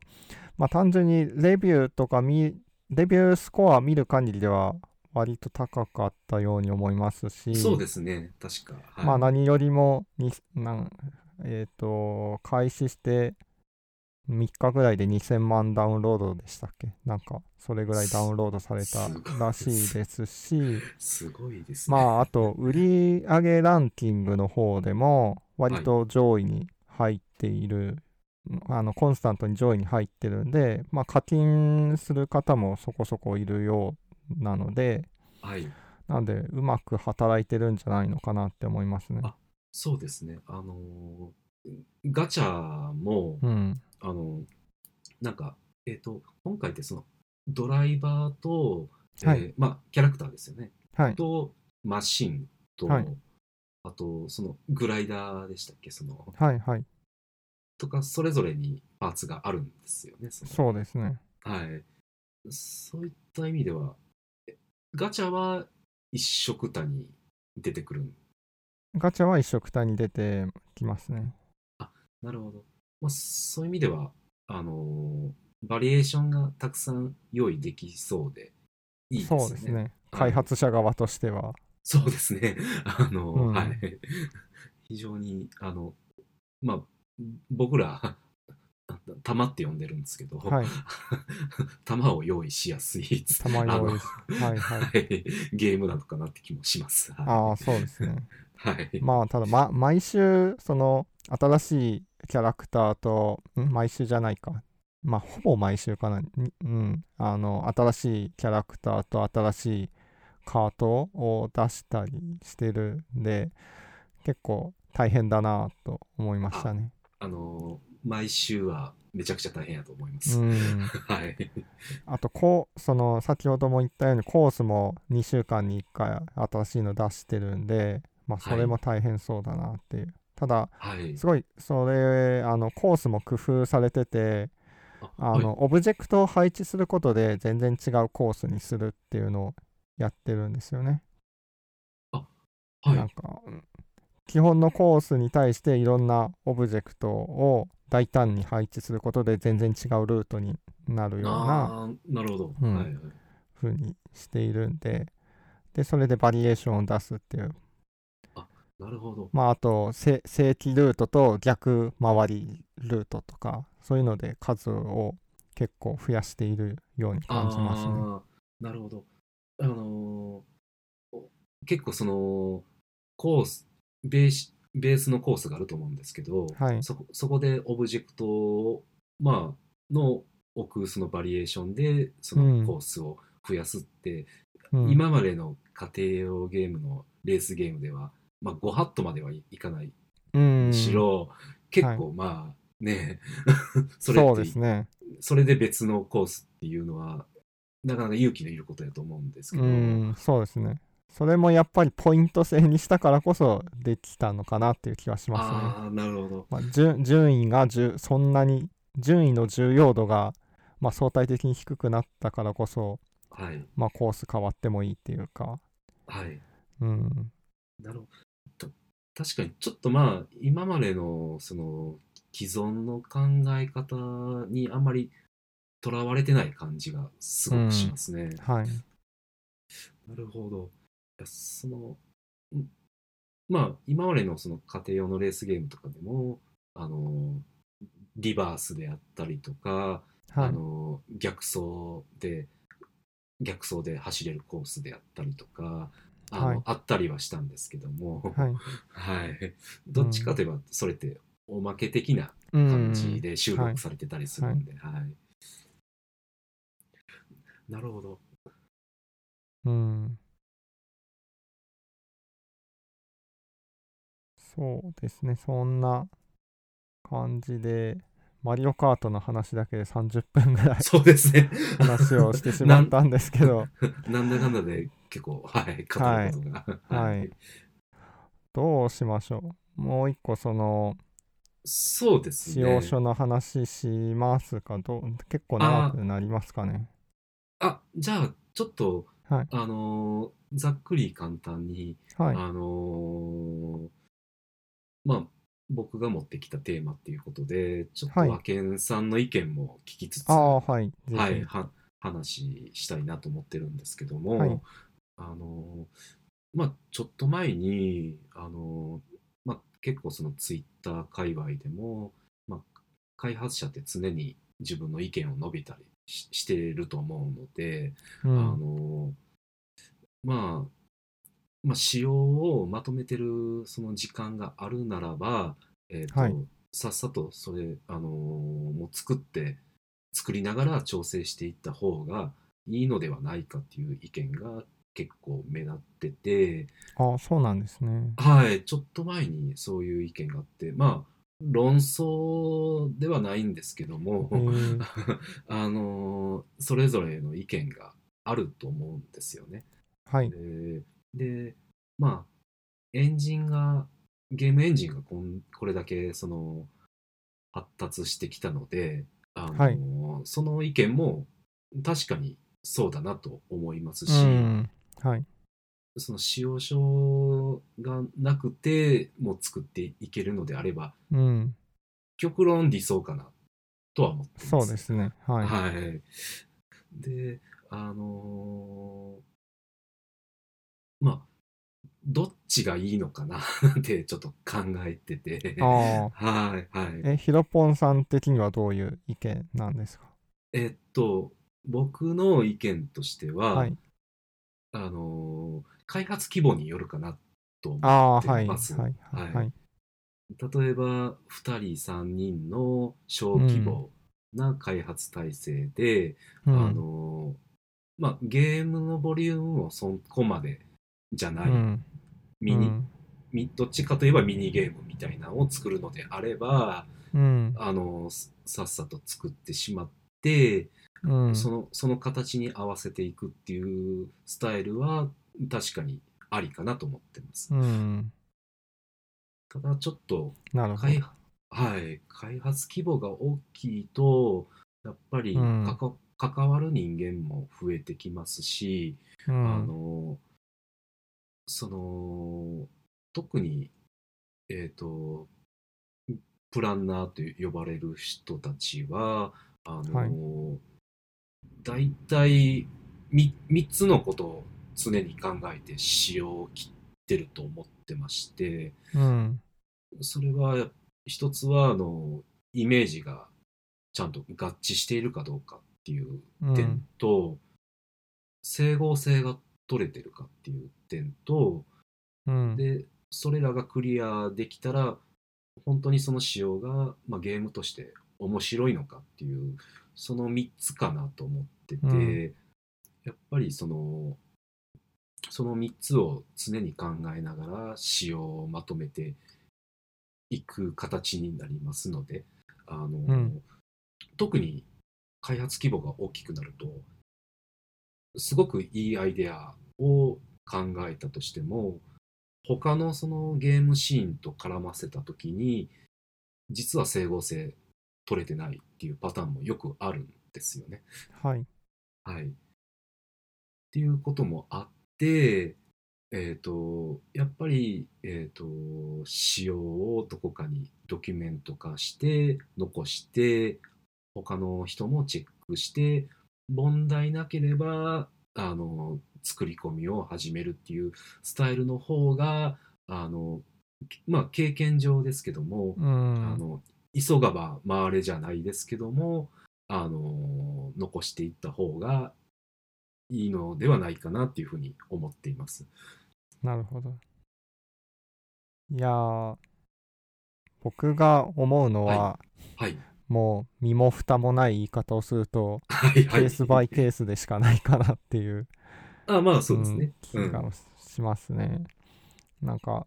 Speaker 1: まあ単純にレビューとか見、レビュースコア見る限りでは、割と高かったように思いますし、
Speaker 2: そうですね。確か。はい、
Speaker 1: まあ何よりもに、なんえっ、と、開始して3日ぐらいで2000万ダウンロードでしたっけなんか、それぐらいダウンロードされた
Speaker 2: すごい
Speaker 1: らしいですし、
Speaker 2: すごいですね。
Speaker 1: まあ、あと、売り上げランキングの方でも、割と上位に入っている、あの、コンスタントに上位に入ってるんで、まあ、課金する方もそこそこいるようなので、
Speaker 2: はい。
Speaker 1: なんで、うまく働いてるんじゃないのかなって思いますね。
Speaker 2: あそうですね。あのーガチャも、
Speaker 1: うん。
Speaker 2: あのーなんか、えっ、と、今回ってその、ドライバーと、えー
Speaker 1: はい
Speaker 2: まあ、キャラクターですよね。
Speaker 1: はい。
Speaker 2: と、マシンと、
Speaker 1: はい
Speaker 2: あと、その、グライダーでしたっけその、
Speaker 1: はいはい。
Speaker 2: とか、それぞれにパーツがあるんですよね。その
Speaker 1: そうですね。
Speaker 2: はい。そういった意味では、えガチャは一色たに出てくるん
Speaker 1: ガチャは一色体に出てきますね。
Speaker 2: なるほど。まあ、そういう意味では、あのーバリエーションがたくさん用意できそうで、いいです
Speaker 1: そ
Speaker 2: ね。
Speaker 1: うです。ね。
Speaker 2: はい
Speaker 1: 開発者側としては。
Speaker 2: そうですね。 あのー
Speaker 1: うん
Speaker 2: はい。非常に、あの、まあ、僕ら、玉って呼んでるんですけど、
Speaker 1: はい。
Speaker 2: 玉を用意しやすい、
Speaker 1: たま
Speaker 2: あ
Speaker 1: に
Speaker 2: の
Speaker 1: 多いです。はいはい。
Speaker 2: はいゲームなのかなって気もします。
Speaker 1: あ
Speaker 2: は
Speaker 1: あ、そうですね。
Speaker 2: い。はい、
Speaker 1: まあただ、ま、毎週その新しいキャラクターとん毎週じゃないかまあほぼ毎週かなにうんあの新しいキャラクターと新しいカートを出したりしてるんで結構大変だなと思いましたね
Speaker 2: あのー毎週はめちゃくちゃ大変やと思いま
Speaker 1: う
Speaker 2: す。
Speaker 1: ん
Speaker 2: はい。
Speaker 1: あとこうその先ほども言ったようにコースも2週間に1回新しいの出してるんでまあそれも大変そうだなっていう、ただ
Speaker 2: はい。
Speaker 1: すごいそれあのコースも工夫されてて
Speaker 2: あ
Speaker 1: あの、オブジェクトを配置することで全然違うコースにするっていうのをやってるんですよね。
Speaker 2: はい
Speaker 1: なんかうん基本のコースに対していろんなオブジェクトを大胆に配置することで全然違うルートになるような
Speaker 2: ああー、なるほど。
Speaker 1: うん
Speaker 2: はいはい。
Speaker 1: 風にしているんで、で、それでバリエーションを出すっていう。
Speaker 2: なるほど。
Speaker 1: まあ、あと、せ正規ルートと逆回りルートとか、そういうので数を結構増やしているように感じますね。
Speaker 2: あーなるほど。あのー結構そのコースベース、ベースのコースがあると思うんですけど、
Speaker 1: はい
Speaker 2: そこそこでオブジェクトを、まあ、の置くそのバリエーションでそ
Speaker 1: うん
Speaker 2: のコースを増やすって、
Speaker 1: うん
Speaker 2: 今までの家庭用ゲームのレースゲームでは、まあ、5ハットまではいかない
Speaker 1: うん、
Speaker 2: し
Speaker 1: そ
Speaker 2: ろ、結構まあね、 それ
Speaker 1: う
Speaker 2: って
Speaker 1: ですね。
Speaker 2: それで別のコースっていうのは、なかなか勇気のいることだと思うんですけど、
Speaker 1: うん、そうですね。それもやっぱりポイント制にしたからこそできたのかなっていう気はしますね。
Speaker 2: ああ、なるほど。
Speaker 1: まあ、順順位が10そんなに順位の重要度が、まあ、相対的に低くなったからこそ、
Speaker 2: はい。
Speaker 1: まあ、コース変わってもいいっていうか、
Speaker 2: はい。
Speaker 1: うん、
Speaker 2: なるほど。た確かに、ちょっとまあ、今までの、その、既存の考え方にあまりとらわれてない感じがすごくしますね。
Speaker 1: はい、
Speaker 2: なるほど。いやその、んまあ、今までのその家庭用のレースゲームとかでも、あの、リバースであったりとか、
Speaker 1: は
Speaker 2: あ
Speaker 1: い、
Speaker 2: の逆走で逆走で走れるコースであったりとかあの、
Speaker 1: はい
Speaker 2: あったりはしたんですけども、
Speaker 1: はい、
Speaker 2: はいどっちかといえばそれっておまけ的な
Speaker 1: うん
Speaker 2: 感じで収録されてたりするんで、はいなるほど
Speaker 1: うん、そうですね、そんな感じで、マリオカートの話だけで30分 ぐらい
Speaker 2: そうですね
Speaker 1: 話をしてしまったんですけ ど、
Speaker 2: なんだかんだで結構 はい語ることが
Speaker 1: はいどうしましょう。もう一個、その、
Speaker 2: そうです
Speaker 1: 使
Speaker 2: ね
Speaker 1: 用書の話しますかどう結構長くなりますかね。
Speaker 2: あじゃあちょっと、
Speaker 1: はい
Speaker 2: あのーざっくり簡単に
Speaker 1: はい。
Speaker 2: あのーまあ僕が持ってきたテーマっていうことでちょっと
Speaker 1: はい
Speaker 2: 和健さんの意見も聞きつつ、
Speaker 1: ああ、
Speaker 2: は
Speaker 1: はい。
Speaker 2: い
Speaker 1: ぜひ
Speaker 2: は話したいなと思ってるんですけども、
Speaker 1: はい
Speaker 2: あのーまあちょっと前に、あのーまあ、結構そのツイッター界隈でも、まあ、開発者って常に自分の意見を述べたりししてると思うので、
Speaker 1: う
Speaker 2: あ
Speaker 1: ん。
Speaker 2: のまあまあ仕様をまとめてるその時間があるならば、えーと
Speaker 1: はい
Speaker 2: さっさとそれ、あのもう作って作りながら調整していった方がいいのではないかっていう意見が結構目立ってて、
Speaker 1: ああ、そうなんですね。
Speaker 2: はい、ちょっと前にそういう意見があってまあ論争ではないんですけども、
Speaker 1: えー
Speaker 2: あのそれぞれの意見があると思うんですよね。
Speaker 1: はい。
Speaker 2: ででまあエンジンがゲームエンジンがこんこれだけその発達してきたのであの、
Speaker 1: はい
Speaker 2: その意見も確かにそうだなと思いますし、
Speaker 1: うん。はい。
Speaker 2: その使用書がなくてもう作っていけるのであれば
Speaker 1: うん。
Speaker 2: 極論理想かなとは思ってます。
Speaker 1: そうですね。はい。
Speaker 2: はい。で、あのーまあ、どっちがいいのかなって ちょっと考えてて、は
Speaker 1: ああ。
Speaker 2: い、はい。
Speaker 1: え、ヒロポンさん的にはどういう意見なんですか
Speaker 2: えっと、僕の意見としては、
Speaker 1: はい。
Speaker 2: あのー開発規模によるかなと
Speaker 1: あ
Speaker 2: 思
Speaker 1: あ、
Speaker 2: って
Speaker 1: はい。は
Speaker 2: ま
Speaker 1: い。
Speaker 2: す
Speaker 1: はい。
Speaker 2: はい
Speaker 1: はい。
Speaker 2: う。例えば、2人、3人の小規模な開発体制で、
Speaker 1: う
Speaker 2: あ
Speaker 1: ん。
Speaker 2: のまあゲームのボリュームもそこまでじゃない、
Speaker 1: うん
Speaker 2: ミニ
Speaker 1: うん
Speaker 2: みどっちかといえばミニゲームみたいなのを作るのであれば
Speaker 1: うん。
Speaker 2: あのささっさと作ってしまって、
Speaker 1: うん。
Speaker 2: そのその形に合わせていくっていうスタイルは確かにありかなと思ってます。
Speaker 1: うん。
Speaker 2: ただちょっと
Speaker 1: なるほど
Speaker 2: 開。発はい、開発規模が大きいとやっぱり
Speaker 1: うん
Speaker 2: かか関わる人間も増えてきますし、
Speaker 1: う
Speaker 2: あ
Speaker 1: ん。
Speaker 2: のその特にえっ、とプランナーと呼ばれる人たちはあの、
Speaker 1: はい
Speaker 2: だいたいみ3つのことを常に考えて使用を切ってると思ってまして、
Speaker 1: うん。
Speaker 2: それは一つはあのイメージがちゃんと合致しているかどうかっていう
Speaker 1: うん。
Speaker 2: 点と、整合性が取れてるかっていう点と
Speaker 1: うん。
Speaker 2: でそれらがクリアできたら本当にその仕様が、まあ、ゲームとして面白いのかっていうその3つかなと思ってて、
Speaker 1: うん
Speaker 2: やっぱりそのその3つを常に考えながら仕様をまとめていく形になりますのであの、
Speaker 1: ん
Speaker 2: 特に開発規模が大きくなるとすごくいいアイデアを考えたとしても他のそのゲームシーンと絡ませた時に実は整合性取れてないっていうパターンもよくあるんですよね。
Speaker 1: はい。
Speaker 2: はい。っていうこともあって、えっ、と、やっぱり、えっ、と、仕様をどこかにドキュメント化して、残して、他の人もチェックして、問題なければ、あの、作り込みを始めるっていうスタイルの方が、あの、まあ、経験上ですけども、
Speaker 1: う
Speaker 2: あ
Speaker 1: ん。
Speaker 2: の急がば回れじゃないですけどもあの残していった方がいいのではないかなっていうふうに思っています。
Speaker 1: なるほど。いやー、僕が思うのは、
Speaker 2: はい、
Speaker 1: もう身も蓋もない言い方をすると、
Speaker 2: は
Speaker 1: ケ
Speaker 2: い、はい。
Speaker 1: ースバイケースでしかないかなっていう
Speaker 2: あまあそうですね。
Speaker 1: う
Speaker 2: うんん
Speaker 1: 気がしますね。なんか、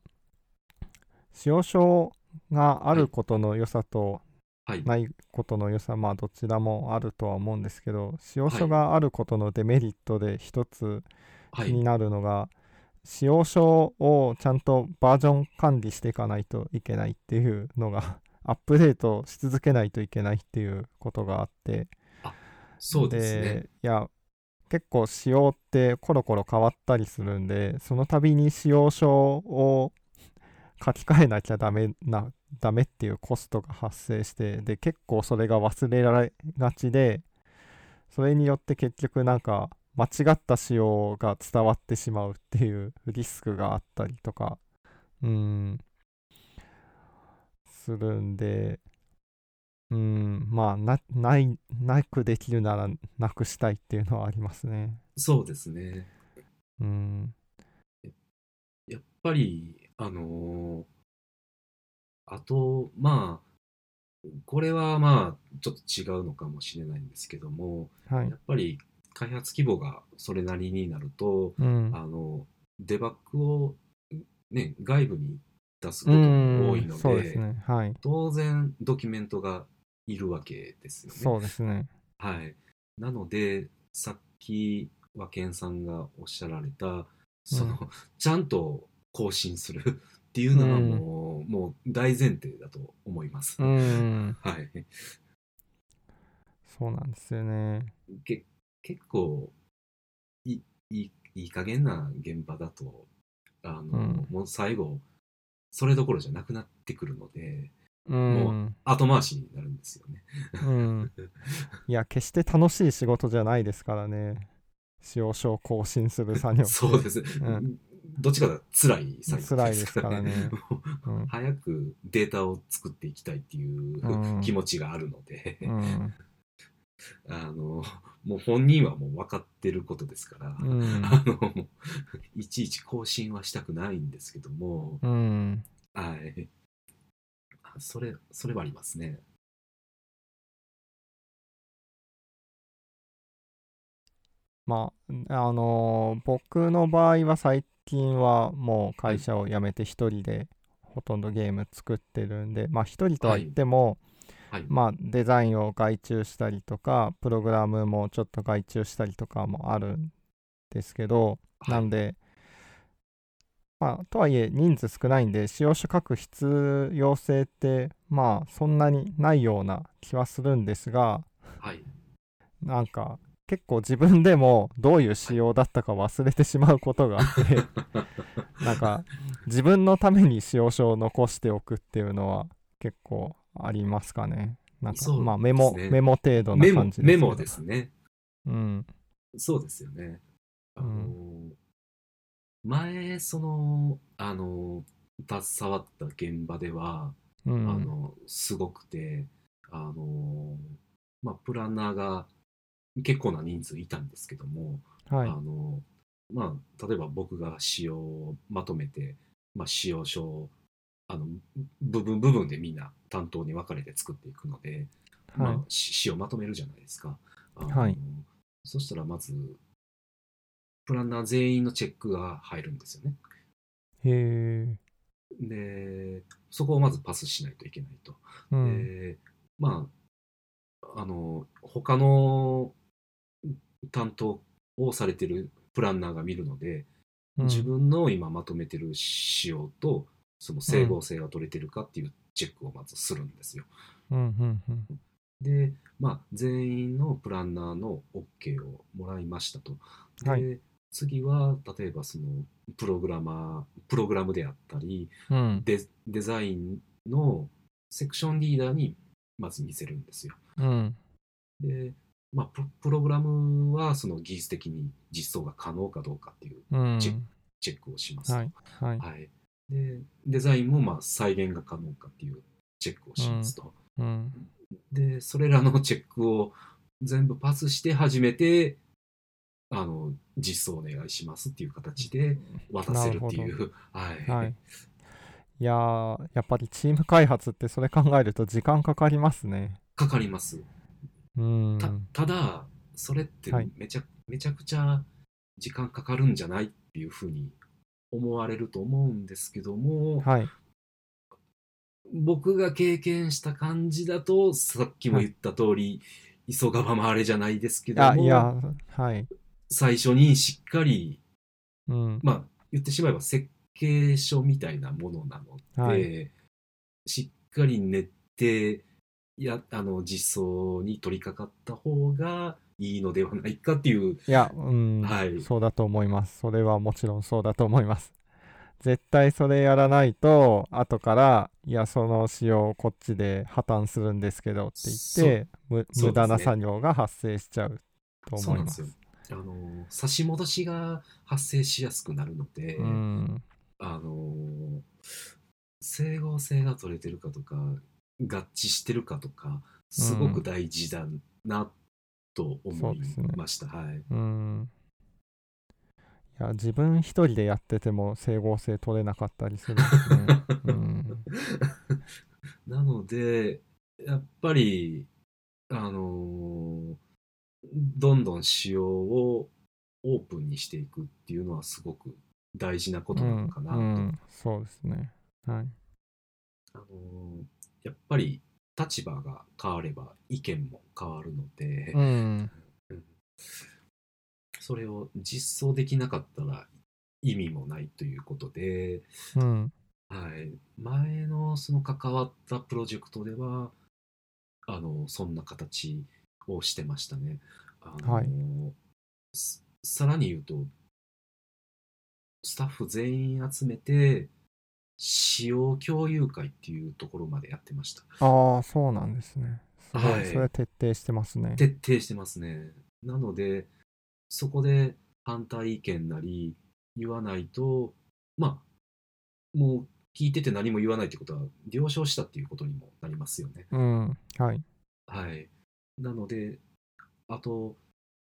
Speaker 1: 使用書があることの良さと
Speaker 2: はい、
Speaker 1: ないことの良さ、まあどちらもあるとは思うんですけど、使用
Speaker 2: は
Speaker 1: 書
Speaker 2: い
Speaker 1: があることのデメリットで一つ
Speaker 2: は
Speaker 1: 気
Speaker 2: い
Speaker 1: に。なるのが、使用書をちゃんとバージョン管理していかないといけないっていうのが、アップデートし続けないといけないっていうことがあって、
Speaker 2: そうですね。
Speaker 1: でいや結構仕様ってコロコロ変わったりするんでその度に仕様書を書き換えなきゃダメなダメっていうコストが発生してで結構それが忘れられがちでそれによって結局なんか間違った仕様が伝わってしまうっていうリスクがあったりとかうんするんでうんまあなないなくできるならなくしたいっていうのはありますね
Speaker 2: そうですね。
Speaker 1: うん
Speaker 2: やっぱり、あのーあと、まあ、これはまあ、ちょっと違うのかもしれないんですけども、
Speaker 1: はい
Speaker 2: やっぱり開発規模がそれなりになると、
Speaker 1: うん
Speaker 2: あのデバッグを、ね、外部に出すことも多い
Speaker 1: う
Speaker 2: の
Speaker 1: ん
Speaker 2: で
Speaker 1: そうですねはい
Speaker 2: 当然ドキュメントがいるわけですよね。
Speaker 1: そうですね
Speaker 2: はい、なのでさっき和健さんがおっしゃられたその、
Speaker 1: うん
Speaker 2: ちゃんと更新するっていうのはもう,、もう大前提だと思います。
Speaker 1: うん
Speaker 2: はい、
Speaker 1: そうなんですよね
Speaker 2: け結構いいいいい加減な現場だとあの、
Speaker 1: ん
Speaker 2: もう最後それどころじゃなくなってくるので
Speaker 1: うん
Speaker 2: 後回しになるんですよ ね。
Speaker 1: うんいや決して楽しい仕事じゃないですからね使用書を更新する作業
Speaker 2: そうです、
Speaker 1: ん
Speaker 2: どっちかが辛い作業
Speaker 1: 辛いですから ね
Speaker 2: もう
Speaker 1: うん
Speaker 2: 早くデータを作っていきたいっていう
Speaker 1: うん
Speaker 2: 気持ちがあるので、
Speaker 1: うん
Speaker 2: あのもう本人はもう分かってることですから、
Speaker 1: うん
Speaker 2: あのもういちいち更新はしたくないんですけども、
Speaker 1: うん
Speaker 2: はい。あそれ、それはありますね。
Speaker 1: まああのー僕の場合は最近はもう会社を辞めて一人でほとんどゲーム作ってるんでまあ一人とは言っても、
Speaker 2: はい。
Speaker 1: まあ、デザインを外注したりとかプログラムもちょっと外注したりとかもあるんですけど、
Speaker 2: はい
Speaker 1: なんで、まあ、とはいえ人数少ないんで使用書書く必要性ってまあそんなにないような気はするんですが
Speaker 2: はい。
Speaker 1: なんか結構自分でもどういう仕様だったか忘れてしまうことがあ ってなんか自分のために仕様書を残しておくっていうのは結構ありますかねなんか
Speaker 2: そう
Speaker 1: まあメモ、
Speaker 2: ですね
Speaker 1: メモ程度な
Speaker 2: メモ
Speaker 1: 感じ、ですけど
Speaker 2: メモですね。
Speaker 1: うん
Speaker 2: そうですよね。あのー
Speaker 1: う
Speaker 2: 前、その、あのー携わった現場では、
Speaker 1: うん。
Speaker 2: あの、すごくて、あの、まあ、プランナーが結構な人数いたんですけども、
Speaker 1: はい
Speaker 2: あ。の、まあ、例えば僕が仕様をまとめて、まあ、仕様書を、あの、部分部分でみんな担当に分かれて作っていくので、ま
Speaker 1: はい
Speaker 2: あ、。し詩をまとめるじゃないですか。あの
Speaker 1: はい
Speaker 2: そしたらまず、プランナー全員のチェックが入るんですよね。
Speaker 1: へえ。
Speaker 2: で、そこをまずパスしないといけないと。
Speaker 1: うん。
Speaker 2: で、まあ、あの、他の担当をされてるプランナーが見るので、
Speaker 1: うん
Speaker 2: 自分の今まとめてる仕様と、その整合性が取れてるかっていうチェックをまずするんですよ。
Speaker 1: うんうんうん。
Speaker 2: で、まあ、全員のプランナーの OK をもらいましたと。で、
Speaker 1: はい
Speaker 2: 次は、例えばその、プログラマー、プログラムであったり、
Speaker 1: うん。
Speaker 2: デデザインのセクションリーダーにまず見せるんですよ。
Speaker 1: うん。
Speaker 2: で、まあ、ププログラムはその技術的に実装が可能かどうかっていう
Speaker 1: うん。
Speaker 2: チェッチェックをします。
Speaker 1: はい。はい。
Speaker 2: はいでデザインもまあ再現が可能かっていうチェックをしますと。
Speaker 1: うん。
Speaker 2: で、それらのチェックを全部パスして初めて、あの、実装お願いしますっていう形で渡せるってい
Speaker 1: な
Speaker 2: う。はい、
Speaker 1: はい。いやー、やっぱりチーム開発ってそれ考えると時間かかりますね。
Speaker 2: かかります。
Speaker 1: うん。
Speaker 2: たただ、それって
Speaker 1: はい
Speaker 2: めちゃ,、めちゃくちゃ時間かかるんじゃないっていうふうに思われると思うんですけども、
Speaker 1: はい。
Speaker 2: 僕が経験した感じだと、さっきも言った通り、急がば回れじゃないですけど
Speaker 1: あ、い
Speaker 2: も、
Speaker 1: や、はい。
Speaker 2: 最初にしっかり、
Speaker 1: うん。
Speaker 2: まあ、言ってしまえば設計書みたいなものなので、
Speaker 1: はい
Speaker 2: しっかり練って、やあの実装に取り掛かった方がいいのではないかっていう
Speaker 1: いや、うん、
Speaker 2: はい
Speaker 1: そうだと思います。それはもちろんそうだと思います。絶対それやらないと、後から、いや、その仕様こっちで破綻するんですけどって言って、む
Speaker 2: そうですね
Speaker 1: 無駄な作業が発生しちゃうと
Speaker 2: そう
Speaker 1: 思
Speaker 2: ないん
Speaker 1: ま
Speaker 2: です
Speaker 1: す。
Speaker 2: よ。あの差し戻しが発生しやすくなるので、
Speaker 1: うん、
Speaker 2: あの整合性が取れてるかとか合致してるかとかすごく大事だなと思いました。はい。
Speaker 1: うん。いや、自分一人でやってても整合性取れなかったりするんですね。う ん、
Speaker 2: なのでやっぱりあのどんどん仕様をオープンにしていくっていうのはすごく大事なことなのかなと
Speaker 1: うんうん、そうですね。はい。
Speaker 2: あのーやっぱり立場が変われば意見も変わるので、
Speaker 1: うん、
Speaker 2: それを実装できなかったら意味もないということで、
Speaker 1: うん、
Speaker 2: はい、前のその関わったプロジェクトではあのそんな形をしてましたね。あの
Speaker 1: はい
Speaker 2: すさらに言うとスタッフ全員集めて使用共有会っていうところまでやってました。
Speaker 1: ああ、そうなんですね。すごい、
Speaker 2: はい
Speaker 1: それは徹底してますね。
Speaker 2: 徹底してますね。なので、そこで反対意見なり言わないと、まあ、もう聞いてて何も言わないってことは、了承したっていうことにもなりますよね。
Speaker 1: うん、はい。
Speaker 2: はい。なので、あと、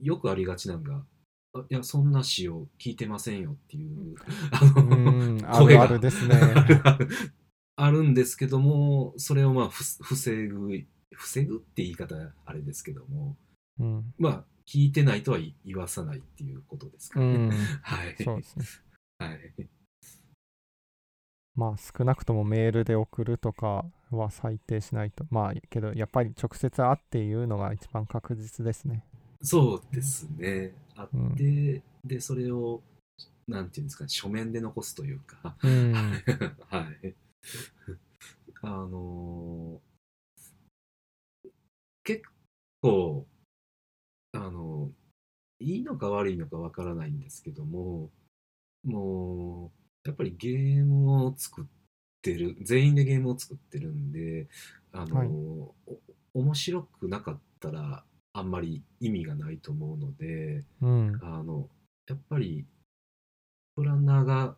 Speaker 2: よくありがちなのが、あいや、そんな詩を聞いてませんよっていう、あ
Speaker 1: う
Speaker 2: の、
Speaker 1: ん、あ
Speaker 2: 声
Speaker 1: る
Speaker 2: が
Speaker 1: あるですね。
Speaker 2: あるある あるんですけども、それをまあ、ふす防ぐ、防ぐって言い方あれですけども、
Speaker 1: うん、
Speaker 2: まあ、聞いてないとは言わさないっていうことですか
Speaker 1: う
Speaker 2: ね。
Speaker 1: ん、
Speaker 2: はい。
Speaker 1: そうですね。
Speaker 2: はい。
Speaker 1: まあ、少なくともメールで送るとかは最低しないと。まあ、けど、やっぱり直接会っていうのが一番確実ですね。
Speaker 2: そうですね。あ
Speaker 1: うん
Speaker 2: って、で、それを、なんていうんですか、書面で残すというか、
Speaker 1: うん、
Speaker 2: はい。あのー結構、あのいいのか悪いのかわからないんですけども、もう、やっぱりゲームを作ってる、全員でゲームを作ってるんで、あのー
Speaker 1: はい
Speaker 2: お面白くなかったら、あんまり意味がないと思うので、
Speaker 1: うん。
Speaker 2: あの、やっぱり、プランナーが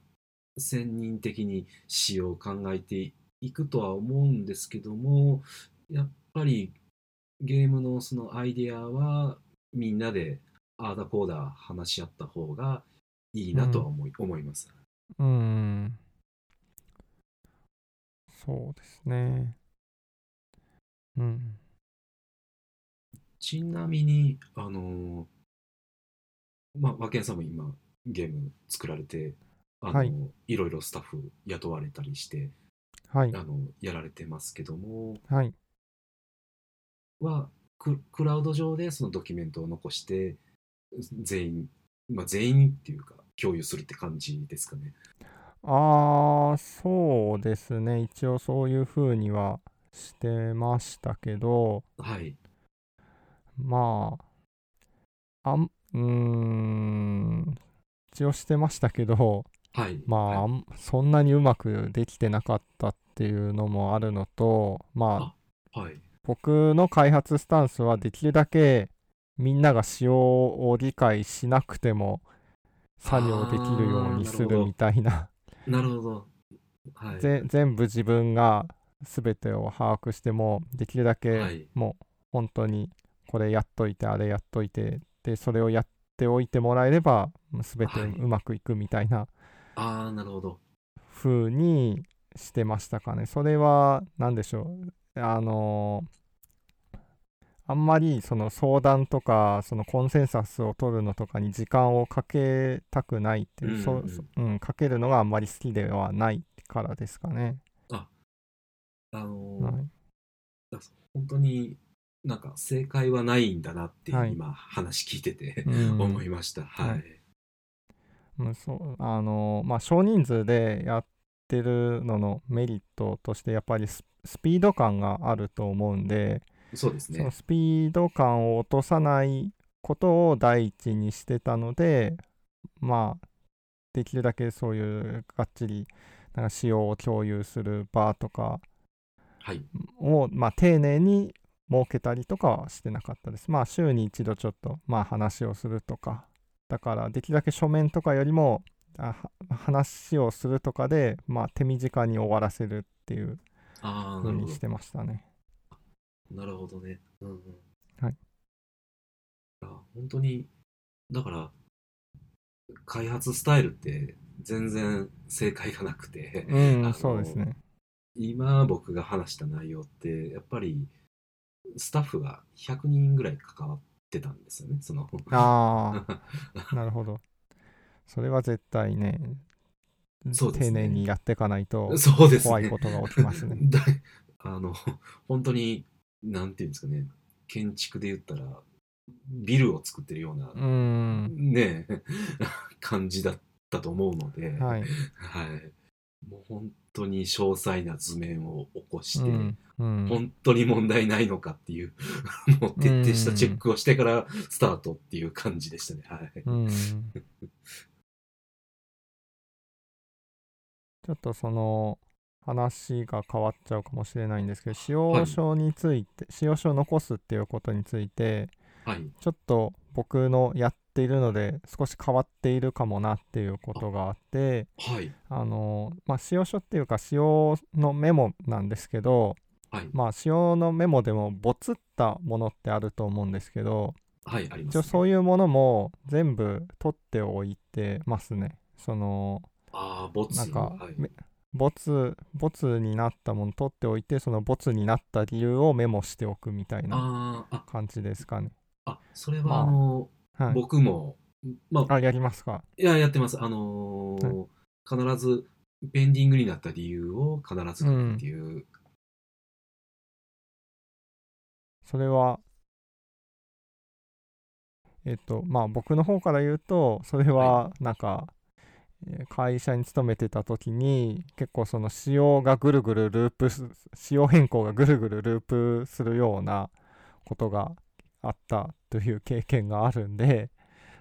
Speaker 2: 専任的に使用を考えていくとは思うんですけども、やっぱりゲームのそのアイデアはみんなであーだこーだ話し合った方がいいなとは思い,、思います。
Speaker 1: うん。そうですね。うん。
Speaker 2: ちなみに、あのーまあ、和健さんも今、ゲーム作られて、あのー
Speaker 1: はい
Speaker 2: い、ろいろスタッフ雇われたりして、
Speaker 1: はい。
Speaker 2: あのやられてますけども、
Speaker 1: はい。
Speaker 2: はク、クラウド上でそのドキュメントを残して、全員、まあ、全員っていうか、共有するって感じですかね。
Speaker 1: ああ、そうですね。一応そういう風にはしてましたけど、
Speaker 2: はい。
Speaker 1: まあ、あん、うーん、一応してましたけど、
Speaker 2: はい。
Speaker 1: まあ、あ
Speaker 2: はい、
Speaker 1: んそんなにうまくできてなかったっていうのもあるのと、まあ、
Speaker 2: はい。
Speaker 1: 僕の開発スタンスはできるだけみんなが使用を理解しなくても作業できるようにす
Speaker 2: あーなるほ
Speaker 1: る
Speaker 2: ど
Speaker 1: みたいな、
Speaker 2: なるほど。はい。
Speaker 1: ぜ全部自分が全てを把握してもできるだ
Speaker 2: は
Speaker 1: け
Speaker 2: い
Speaker 1: もう本当にこれやっといてあれやっといてでそれをやっておいてもらえれば全て
Speaker 2: はいう
Speaker 1: まくいくみたいな
Speaker 2: ああ、なるほど。
Speaker 1: 風にしてましたかね。それは何でしょう。あのあんまりその相談とかそのコンセンサスを取るのとかに時間をかけたくないっていう、そ
Speaker 2: うんうん
Speaker 1: そうん、かけるのがあんまり好きではないからですかね。
Speaker 2: あのー
Speaker 1: はい、
Speaker 2: 本当になんか正解はないんだなっていう
Speaker 1: はい
Speaker 2: 今話聞いてて、
Speaker 1: うん
Speaker 2: 思いました。はい。
Speaker 1: はいうん、そうあのまあ少人数でやってるののメリットとしてやっぱりススピード感があると思うんで、
Speaker 2: そうです
Speaker 1: その
Speaker 2: ね。
Speaker 1: スピード感を落とさないことを第一にしてたのでまあできるだけそういうがっちりなんか仕様を共有する場とか
Speaker 2: はい。
Speaker 1: を、まあ、丁寧に設けたりとかはしてなかったです。まあ週に一度ちょっと、まあ、話をするとかだからできるだけ書面とかよりもあは話をするとかで、まあ、手短に終わらせるっていう
Speaker 2: ああ、な
Speaker 1: 風
Speaker 2: るほ
Speaker 1: に
Speaker 2: ど
Speaker 1: し。てましたね。
Speaker 2: なるほどね。うんうん。
Speaker 1: はい。
Speaker 2: あ本当に、だから、開発スタイルって全然正解がなくて、
Speaker 1: う
Speaker 2: あの
Speaker 1: ん、そうですね。
Speaker 2: 今僕が話した内容って、やっぱりスタッフが100人ぐらい関わってたんですよね、その。
Speaker 1: ああ。 なるほど。それは絶対ね、
Speaker 2: そうですね
Speaker 1: 丁寧にやっていかないと
Speaker 2: そうですね。
Speaker 1: 怖いことが起きますね。
Speaker 2: だあの、本当に、なんていうんですかね、建築で言ったら、ビルを作ってるような
Speaker 1: う、ん。
Speaker 2: ね え、感じだったと思うので、。
Speaker 1: はいい。
Speaker 2: もう本当に詳細な図面を起こし
Speaker 1: う
Speaker 2: て、
Speaker 1: ん。うん
Speaker 2: 本当に問題ないのかっていう、 もう徹底したチェックをしてからスタートっていう感じでしたね。はい。
Speaker 1: うん。ちょっとその話が変わっちゃうかもしれないんですけど、使用書について、使用書を残すっていうことについて、
Speaker 2: はい。
Speaker 1: ちょっと僕のやっているので少し変わっているかもなっていうことがあって、
Speaker 2: はい。
Speaker 1: あのまあ、使用書っていうか使用のメモなんですけど、
Speaker 2: はい。
Speaker 1: まあ、使用のメモでもボツったものってあると思うんですけど
Speaker 2: はい。ありま
Speaker 1: 一
Speaker 2: す、
Speaker 1: 応
Speaker 2: ね。
Speaker 1: そういうものも全部取っておいてますねその
Speaker 2: ああ、ボツ。
Speaker 1: なんか、
Speaker 2: はい。
Speaker 1: めボツボツになったもの取っておいてそのボツになった理由をメモしておくみたいな
Speaker 2: あーあ、
Speaker 1: 感じですかね
Speaker 2: あ、それ
Speaker 1: まあ
Speaker 2: はあの、
Speaker 1: はい
Speaker 2: 僕も、まあ、
Speaker 1: あやりますか
Speaker 2: いや、やってます。あのー必ず、ペンディングになった理由を必ず書くっていう、
Speaker 1: それはえっとまあ僕の方から言うとそれはなんか、えー会社に勤めてた時に結構その仕様がぐるぐるループす仕様変更がぐるぐるループするようなことがあったという経験があるんで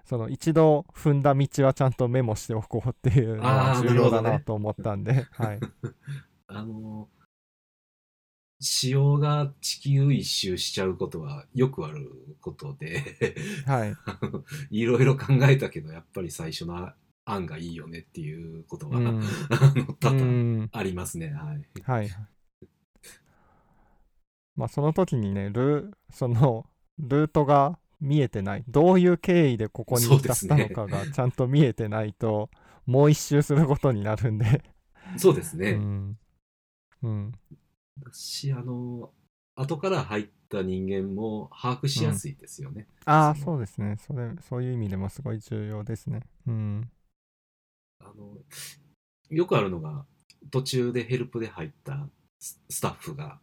Speaker 1: その一度踏んだ道はちゃんとメモしておこうっていうの
Speaker 2: あ
Speaker 1: は
Speaker 2: ー
Speaker 1: 重要だ
Speaker 2: なるほど
Speaker 1: な
Speaker 2: ね
Speaker 1: と思ったんで、はい、
Speaker 2: あの仕様が地球一周しちゃうことはよくあることで、
Speaker 1: はい。
Speaker 2: あのいろいろ考えたけど、やっぱり最初の案がいいよねっていうことは、
Speaker 1: うん
Speaker 2: あの多
Speaker 1: う
Speaker 2: 々
Speaker 1: ん
Speaker 2: ありますね。はい。
Speaker 1: はい。まあその時にね、ルー、その、ルートが見えてない。どういう経緯でここに
Speaker 2: そう
Speaker 1: 至
Speaker 2: で
Speaker 1: っ
Speaker 2: す
Speaker 1: た
Speaker 2: ね
Speaker 1: のかがちゃんと見えてないと、もう一周することになるんで。
Speaker 2: そうです
Speaker 1: う
Speaker 2: ね。
Speaker 1: ん。うん。
Speaker 2: し、あの、後から入った人間も把握しやすいですよね。
Speaker 1: ああ、
Speaker 2: そ
Speaker 1: そ
Speaker 2: の
Speaker 1: うですね。それ、そういう意味でもすごい重要ですね。うん。
Speaker 2: あの、よくあるのが、途中でヘルプで入ったススタッフが、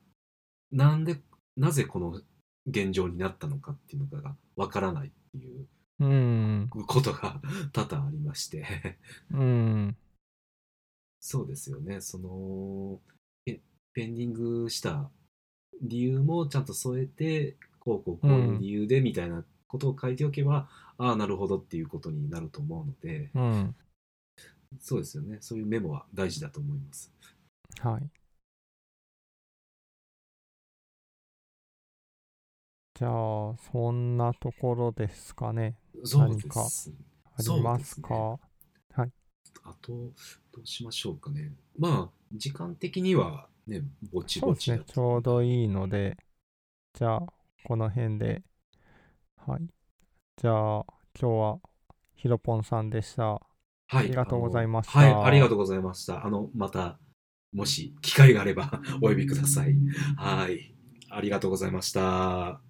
Speaker 2: なんで、なぜこの現状になったのかっていうのがわからないっていう
Speaker 1: うん。
Speaker 2: ことが多々ありまして、
Speaker 1: うん。
Speaker 2: そうですよね、その、ペペンディングした理由もちゃんと添えて、こうこうこういう理由でみたいなことを書いておけば、ああ、なるほどっていうことになると思うので、
Speaker 1: うん。
Speaker 2: そうですよね、そういうメモは大事だと思います。
Speaker 1: はい。じゃあ、そんなところですかね。
Speaker 2: そうですね
Speaker 1: ありますか
Speaker 2: あと、どうしましょうかね。まあ、時間的にはね、ぼち
Speaker 1: そう
Speaker 2: ぼ
Speaker 1: です
Speaker 2: ち
Speaker 1: ね
Speaker 2: だ。
Speaker 1: ちょうどいいので、じゃあ、この辺で。はい。じゃあ、今日は、ひろぽんさんでした。
Speaker 2: はい。
Speaker 1: ありがとうございました
Speaker 2: あのはい、ありがとうございました。あの、また、もし機会があればお呼びください。はい。ありがとうございました。